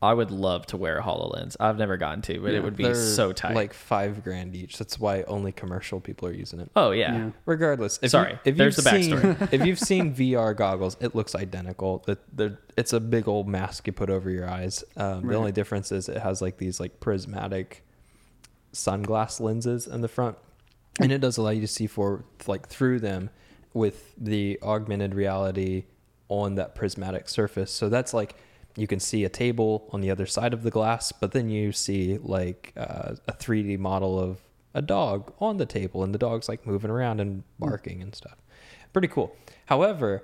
B: I would love to wear a HoloLens. I've never gotten to, but
C: Yeah,
B: it would be
A: They're
B: so tight.
A: Like five grand each. That's why only commercial people are using it.
B: oh yeah.
C: Yeah.
A: Regardless, if
B: Sorry,
A: you, if
B: there's
A: you've
B: the
A: seen,
B: backstory. (laughs)
A: if you've seen VR goggles, it looks identical. The, the, it's a big old mask you put over your eyes. Um,
C: Right.
A: The only difference is it has like these like prismatic sunglass lenses in the front, and it does allow you to see for like through them with the augmented reality on that prismatic surface. So that's like you can see a table on the other side of the glass, but then you see like uh, a 3D model of a dog on the table, and the dog's like moving around and barking and stuff. Pretty cool. However,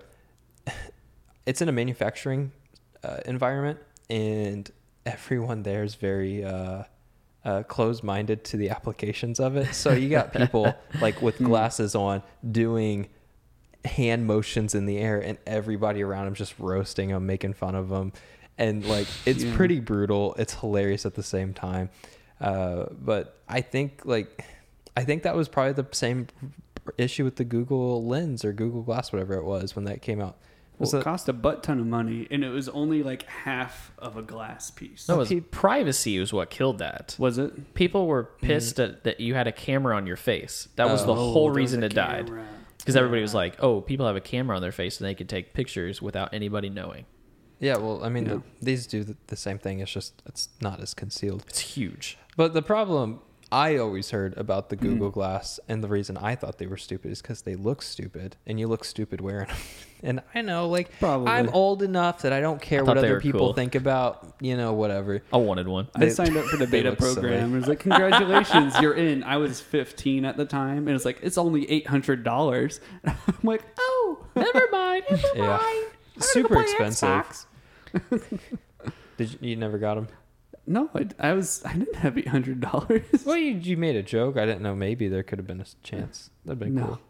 A: it's in a manufacturing uh, environment, and everyone there is very uh, uh, closed minded to the (laughs) applications of it. So you
C: (laughs)
A: got people like
C: Hmm.
A: with glasses on doing hand motions in the air, and everybody around them just roasting them, making fun of them, and like it's
C: Yeah.
A: pretty brutal. It's hilarious at the same time, uh, but I think like I think that was probably the same issue with the Google Lens or Google Glass, whatever it was when that came out.
C: Well,
A: Was
C: it
A: that-
C: cost a butt ton of money, and it was only like half of a glass piece.
B: No, it was
A: peop-
B: privacy was what killed that.
C: Was it?
B: People were pissed at, that you had a camera on your face. That was the whole
C: there's
B: reason
C: Oh, a
B: it died.
C: camera.
B: Because everybody was like, "Oh, people have a camera on their face and they could take pictures without anybody knowing."
A: Yeah, well, I mean,
C: Yeah.
A: th these do the, the same thing. It's just it's not as concealed.
B: It's huge.
A: But the problem I always heard about the
B: Mm.
A: Google Glass and the reason I thought they were stupid is because they look stupid, and you look stupid wearing them. (laughs) and I know, like,
C: Probably.
A: I'm old enough that I don't care
B: I
A: what
B: thought they
A: other
B: were
A: people
B: cool.
A: think about, you know, whatever.
B: I wanted one.
C: I
A: They-
C: signed up for
A: (laughs)
C: the
A: they
C: beta
A: look silly.
C: program. It was like, congratulations, you're in. I was 15 at the time, and it's like, it's only eight hundred dollars. (laughs) I'm like, oh,
B: (laughs) Never mind. Never
A: (laughs) Yeah.
B: mind.
A: Super expensive. (laughs) Did you, you never got
B: (laughs)
A: them?
C: No, I, I was. I didn't have eight hundred dollars.
A: Well, you, you made a joke. I didn't know. Maybe there could have been a s-
B: (laughs)
A: chance. That'd been
C: No.
A: cool.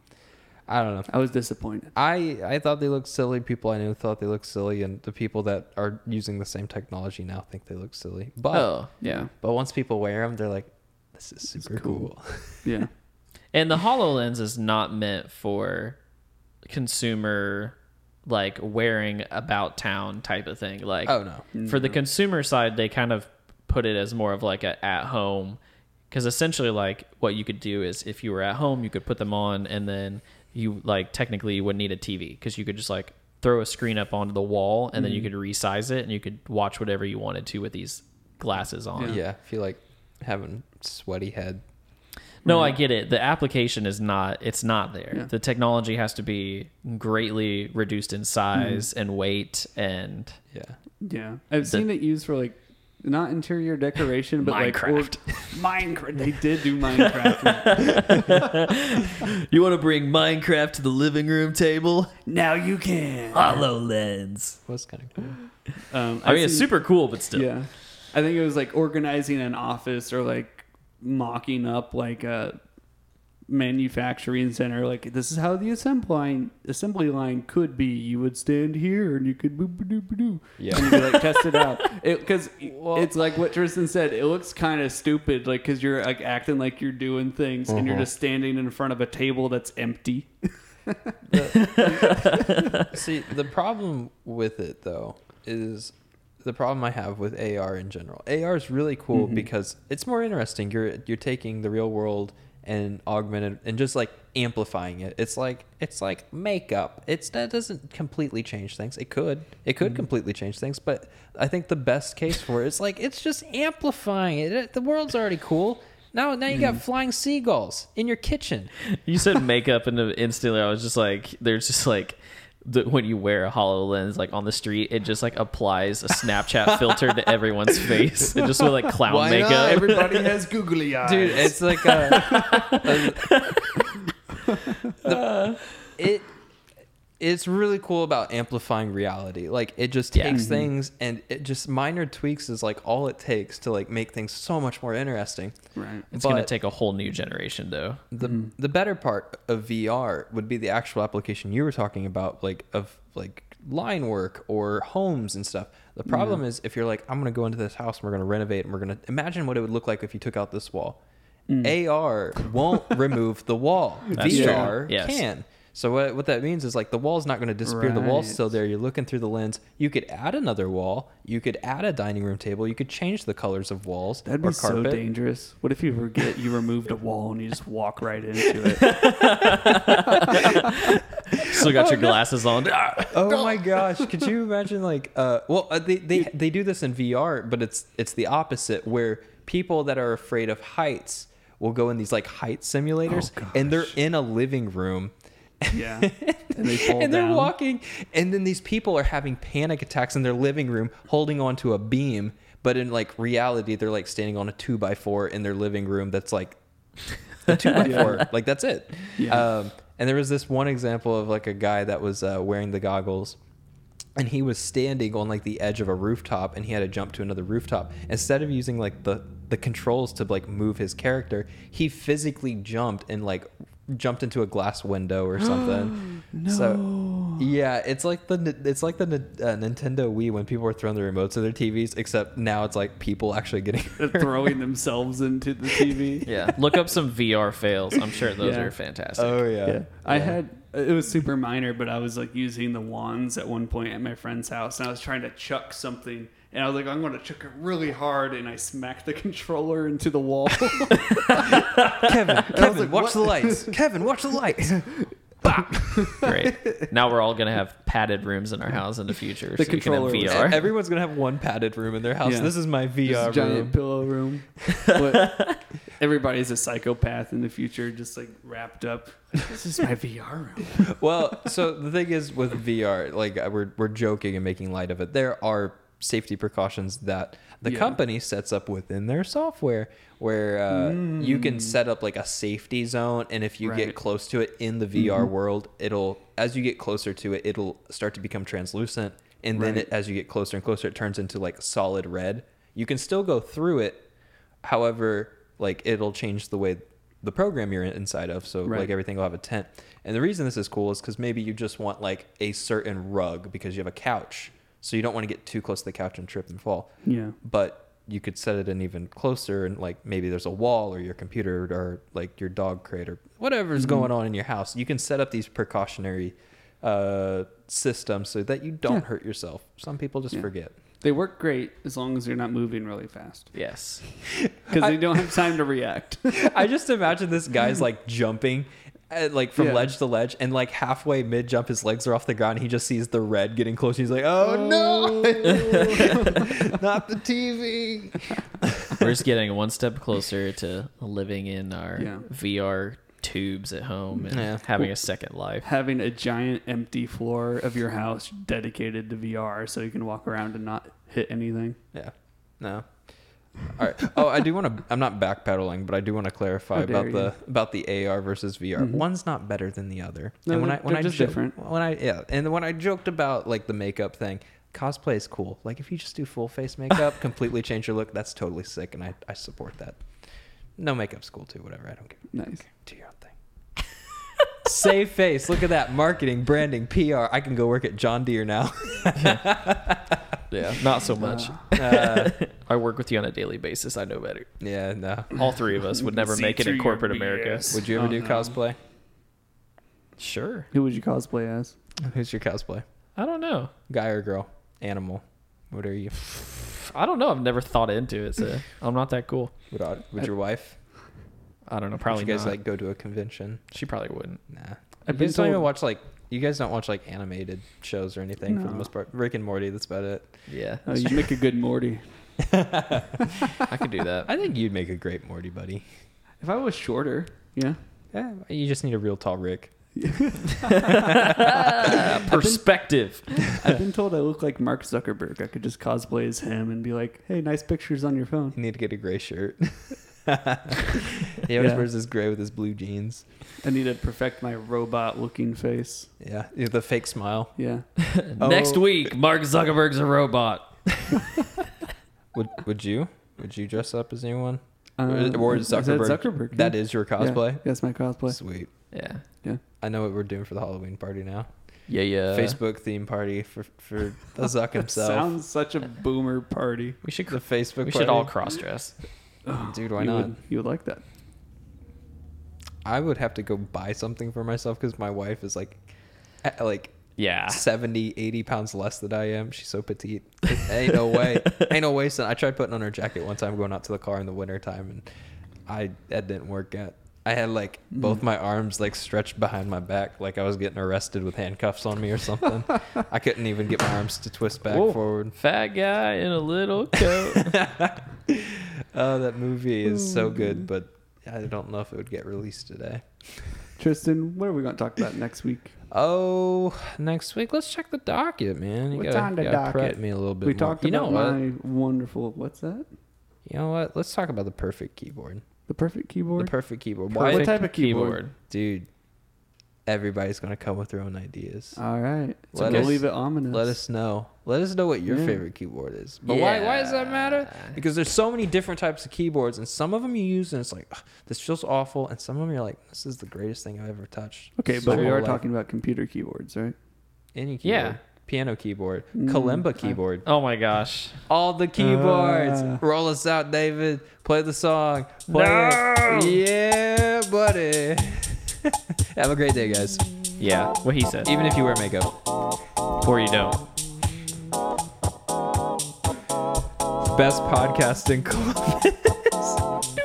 A: I don't know.
C: I was disappointed.
A: I I thought they looked silly. People I knew thought they looked silly, and the people that are using the same technology now think they look silly. But
B: Oh.
C: Yeah,
A: but once people wear them, they're like, this is super cool.
C: yeah.
B: And the HoloLens is not meant for consumer like wearing about town type of thing.
A: (laughs)
B: Like
A: Oh no,
B: for the consumer side, they kind of put it as more of like a at home because essentially like what you could do is if you were at home, you could put them on and then you like technically you wouldn't need a TV because you could just like throw a screen up onto the wall and then you could resize it and you could watch whatever you wanted to with these glasses on.
A: yeah. I feel like having sweaty head.
B: No, I get it. The application is not it's not there.
C: Yeah.
B: The technology has to be greatly reduced in size and weight and
A: Yeah,
C: Yeah, I've seen it used for like not interior decoration, but
B: Minecraft.
C: like or- (laughs) Minecraft. They did
A: (laughs)
C: do Minecraft.
B: You want to bring Minecraft to the living room table?
C: now you can.
A: Uh,
B: HoloLens.
A: was kind of cool.
C: Um,
B: I
C: I've
B: mean, it's
C: seen-
B: super cool, but still.
C: Yeah, I think it was like organizing an office or like mocking up like a manufacturing center. Like this is how the assembly line assembly line could be. You would stand here and you could boop boop boop boop.
A: Yeah.
C: and you could like test it (laughs) out. Because it's like what Tristan said. It looks kind of stupid, like because you're like acting like you're doing things and you're just standing in front of a table that's empty.
A: (laughs) See, the problem with it though is the problem I have with AR in general. AR is really cool because it's more interesting. You're you're taking the real world and augmented and just like amplifying it. It's like it's like makeup. It's that doesn't completely change things. It could. It could completely change things, but I think the best case for it is like it's just amplifying it. it. The world's already cool. Now now you got flying seagulls in your kitchen.
B: You said makeup, and instantly I was just like, there's just like, the, when you wear a HoloLens, like on the street, it just like applies a (laughs) Snapchat filter to everyone's face. It just with like clown
A: Why
B: makeup.
A: not?
C: (laughs) Everybody has googly eyes.
A: dude it's like
B: (laughs)
A: a, a- the- it it's really cool about amplifying reality. Like it just
B: Yeah. Mm-hmm.
A: takes things and it just minor tweaks is like all it takes to like make things so much more interesting.
C: Right.
B: It's going to
A: But-
B: take a whole new generation, though.
A: The
C: Hmm.
A: the better part of VR would be the actual application you were talking about, like of like line work or homes and stuff. The problem is if you're like, I'm gonna go into this house and we're gonna renovate and we're gonna imagine what it would look like if you took out this wall.
C: Hmm.
A: AR
C: (laughs)
A: won't remove the wall.
B: That's
C: true.
A: VR
B: Yes.
A: can. So what, what that means is like the wall's not going to disappear. The wall's
C: Right.
A: still there. You're looking through the lens. You could add another wall. You could add a dining room table. You could change the colors of walls
C: That'd
A: or
C: be so
A: carpet.
C: dangerous. What if you forget you removed a wall and you just walk right into it?
A: (laughs)
B: Still got (laughs) your glasses on.
A: Oh my gosh! Could you imagine like uh well uh, they they they do this in VR, but it's it's the opposite where people that are afraid of heights will go in these like height simulators
C: Oh,
A: and they're
C: gosh.
A: in a living room
C: yeah. (laughs)
A: (laughs)
C: And they fall
A: and
C: down.
A: they're walking and then these people are having panic attacks in their living room holding onto a beam but in like reality they're like standing on a two by four in their living room that's like a two by
C: (laughs) Yeah.
A: four like that's it
C: Yeah.
A: um, and there was this one example of like a guy that was uh, wearing the goggles and he was standing on like the edge of a rooftop and he had to jump to another rooftop instead of using like the the controls to like move his character he physically jumped and like jumped into a glass window (gasps) or something so yeah it's like the it's like the uh, nintendo wii when people were throwing the remotes of their tvs except now it's like people actually getting
C: (laughs) They're uh, throwing themselves into the TV.
B: Yeah. Look up some VR fails. I'm sure those
C: Yeah.
B: are
A: (laughs)
B: fantastic.
A: oh yeah,
C: Yeah. I had uh, it was super minor, but I was like using the wands at one point at my friend's house, and I was trying to chuck something, and I was like, I'm going to chuck it really hard, and I smacked the (laughs) controller into
A: (laughs)
C: the wall.
A: (laughs) kevin kevin
C: like,
A: watch
C: what?
A: the lights kevin watch (laughs) the lights
B: (laughs) Great. Now we're all going to have padded rooms in our house in the future.
C: The
B: so you can have
C: controller was-
B: VR.
A: everyone's gonna have one padded room in their house
C: Yeah.
A: this is my vr
C: This giant
A: room
C: pillow room.
A: (laughs)
C: What- Everybody's a psychopath in the future, just like wrapped up. This is my VR
A: (laughs)
C: room.
A: well, so the thing is with VR, like uh, we're we're joking and making light of it. There are safety precautions that the
C: Yeah.
A: company sets up within their software where uh, you can set up like a safety zone and if you
C: Mm. Right. Mm-hmm.
A: get close to it in the VR world, it'll as you get closer to it, it'll start to become translucent and then
C: Right.
A: it, as you get closer and closer it turns into like solid red. You can still go through it. However, like it'll change the way the program you're inside of, so
C: Right.
A: like everything will have a tent. And the reason this is cool is because maybe you just want like a certain rug because you have a couch, so you don't want to get too close to the couch and trip and fall.
C: Yeah.
A: But you could set it in even closer, and like maybe there's a wall or your computer or like your dog crate or whatever's going on in your house. You can set up these precautionary uh, systems so that you don't hurt yourself. Some people just
C: Yeah.
A: forget.
C: They work great as long as you're not moving really fast
B: Yes.
C: because they don't have
A: (laughs)
C: time to react.
A: I just imagine this guy's like jumping. uh like from
C: Yeah.
A: ledge to ledge, and like halfway mid jump, his legs are off the ground. And he just sees the red getting close. And he's like, "Oh no, not the TV!"
B: We're just getting one step closer to living in our
C: Yeah.
B: VR tubes at home and
A: Yeah.
B: having a second life.
C: Having a giant empty floor of your house dedicated to VR so you can walk around and not hit anything.
A: Yeah, no. All right. Oh, I do want to. I'm not backpedaling, but I do want to clarify
C: How dare Mm-hmm.
A: about the about the AR versus VR. One's not better than the other.
C: No,
A: and when
C: they're-
A: I when
C: they're
A: I
C: just
A: jo-
C: different.
A: When I yeah, and when I joked about like the makeup thing, cosplay is cool. Like if you just do full face
C: (laughs)
A: makeup, completely change your look, that's totally sick, and I I support that. No makeup's cool too. Whatever. I don't care.
C: Nice.
A: Do your own thing. (laughs) Save face. Look at that marketing, branding, PR. I can go work at John Deere now. (laughs)
B: Yeah. (laughs) Not so much.
A: Uh,
B: (laughs) I work with you on a daily basis. I know better.
A: yeah. No.
B: All three of us would never
C: See
B: make it
C: through
B: in
C: your
B: corporate
C: BS.
B: America.
A: Would you ever
C: Oh,
A: do
C: no.
A: cosplay?
B: Sure.
C: Who would you cosplay as?
A: Who's your cosplay?
B: I don't know.
A: Guy or girl? Animal? What are you?
B: I don't know. I've never thought into it, so I'm not that cool.
A: Would, I- would your wife?
B: I don't know.
A: Would
B: Probably
A: you guys
B: not.
A: like go to a convention?
B: She probably wouldn't.
A: Nah.
C: I've
A: you
C: been
A: guys don't even
C: told-
A: watch like you guys don't watch like animated shows or anything for the
C: No.
A: most part. Rick and Morty. That's about it.
B: Yeah,
C: Oh, you make a good Morty.
B: (laughs) I could
A: (laughs)
B: do that.
A: I think you'd make a great Morty buddy.
C: If I was shorter,
B: (laughs)
A: (laughs)
C: yeah.
A: Yeah, you just need a real tall Rick.
B: Perspective.
C: I've been told I look like Mark Zuckerberg. I could just cosplay as him and be like, "Hey, nice pictures on your phone."
A: You need to get a gray shirt. (laughs) He always
C: Yeah.
A: wears his gray with his blue jeans.
C: I need to perfect my robot looking face.
A: Yeah, yeah, the fake smile
C: Yeah.
B: Next
A: Oh.
B: week, Mark Zuckerberg's a robot.
A: would would you would you dress up as anyone?
C: Um,
A: or
C: I said
A: Zuckerberg.
C: Zuckerberg.
A: That
C: yeah.
A: is your
C: Yeah.
A: cosplay.
C: That's my cosplay.
A: Sweet.
B: Yeah.
A: I know what we're doing for the Halloween party now.
B: Yeah, yeah.
A: Facebook theme party for for the Zuck
C: That
A: himself.
C: sounds such a boomer party.
B: We should
A: the Facebook.
B: we
A: party.
B: should all cross dress.
A: Dude, why
C: you
A: not?
C: Would, you would like that.
A: I would have to go buy something for myself because my wife is like, at, like
B: Yeah.
A: 70, 80 pounds less than I am. She's so
B: (laughs)
A: petite. ain't no way. ain't no way. Son. I tried putting on her jacket one time going out to the car in the winter time, and I that didn't work out. I had like
B: Hmm.
A: both my arms like stretched behind my back, like I was getting arrested with handcuffs on me or
B: (laughs)
A: something. I couldn't even get my arms to twist back
B: Whoa.
A: forward.
B: Fat guy in a little coat.
A: (laughs) Oh, that movie is so good, but I don't know if it would get released today.
C: Tristan, what are we going to talk about next week?
A: Oh, next week. Let's check the docket, man. You
C: What's
A: gotta,
C: on the
A: you gotta prep
C: docket?
A: me a little bit.
C: we
A: more.
C: talked
A: you know
C: about
A: what?
C: my wonderful, what's that?
A: You know what? Let's talk about the perfect keyboard.
C: The perfect
A: The
C: keyboard?
A: perfect keyboard.
C: What
A: Why,
C: type of keyboard?
A: dude? Everybody's gonna come with their own ideas.
C: All right. So
A: Let
C: we'll
A: us-
C: leave it ominous.
A: Let us know. Let us know what your
C: Yeah.
A: favorite keyboard is. But why? Why does that matter?
B: Yeah.
A: Because there's so many different types of keyboards, and some of them you use and it's like "Ugh, this feels awful, and some of them you're like this is the greatest thing I've ever touched.
C: Okay,
A: So
C: but we
A: I'll
C: are
A: like
C: talking about computer keyboards, right?
A: any keyboard.
B: Yeah.
A: Piano keyboard,
C: Mm, I-
A: kalimba keyboard,
B: Oh my gosh.
A: all the keyboards.
C: Ah.
A: Roll us out, David. Play the song. Play it. Yeah, buddy. (laughs) Have a great day, guys.
B: Yeah, what he said.
A: Even if you wear makeup.
B: Or you don't.
A: best podcasting club is.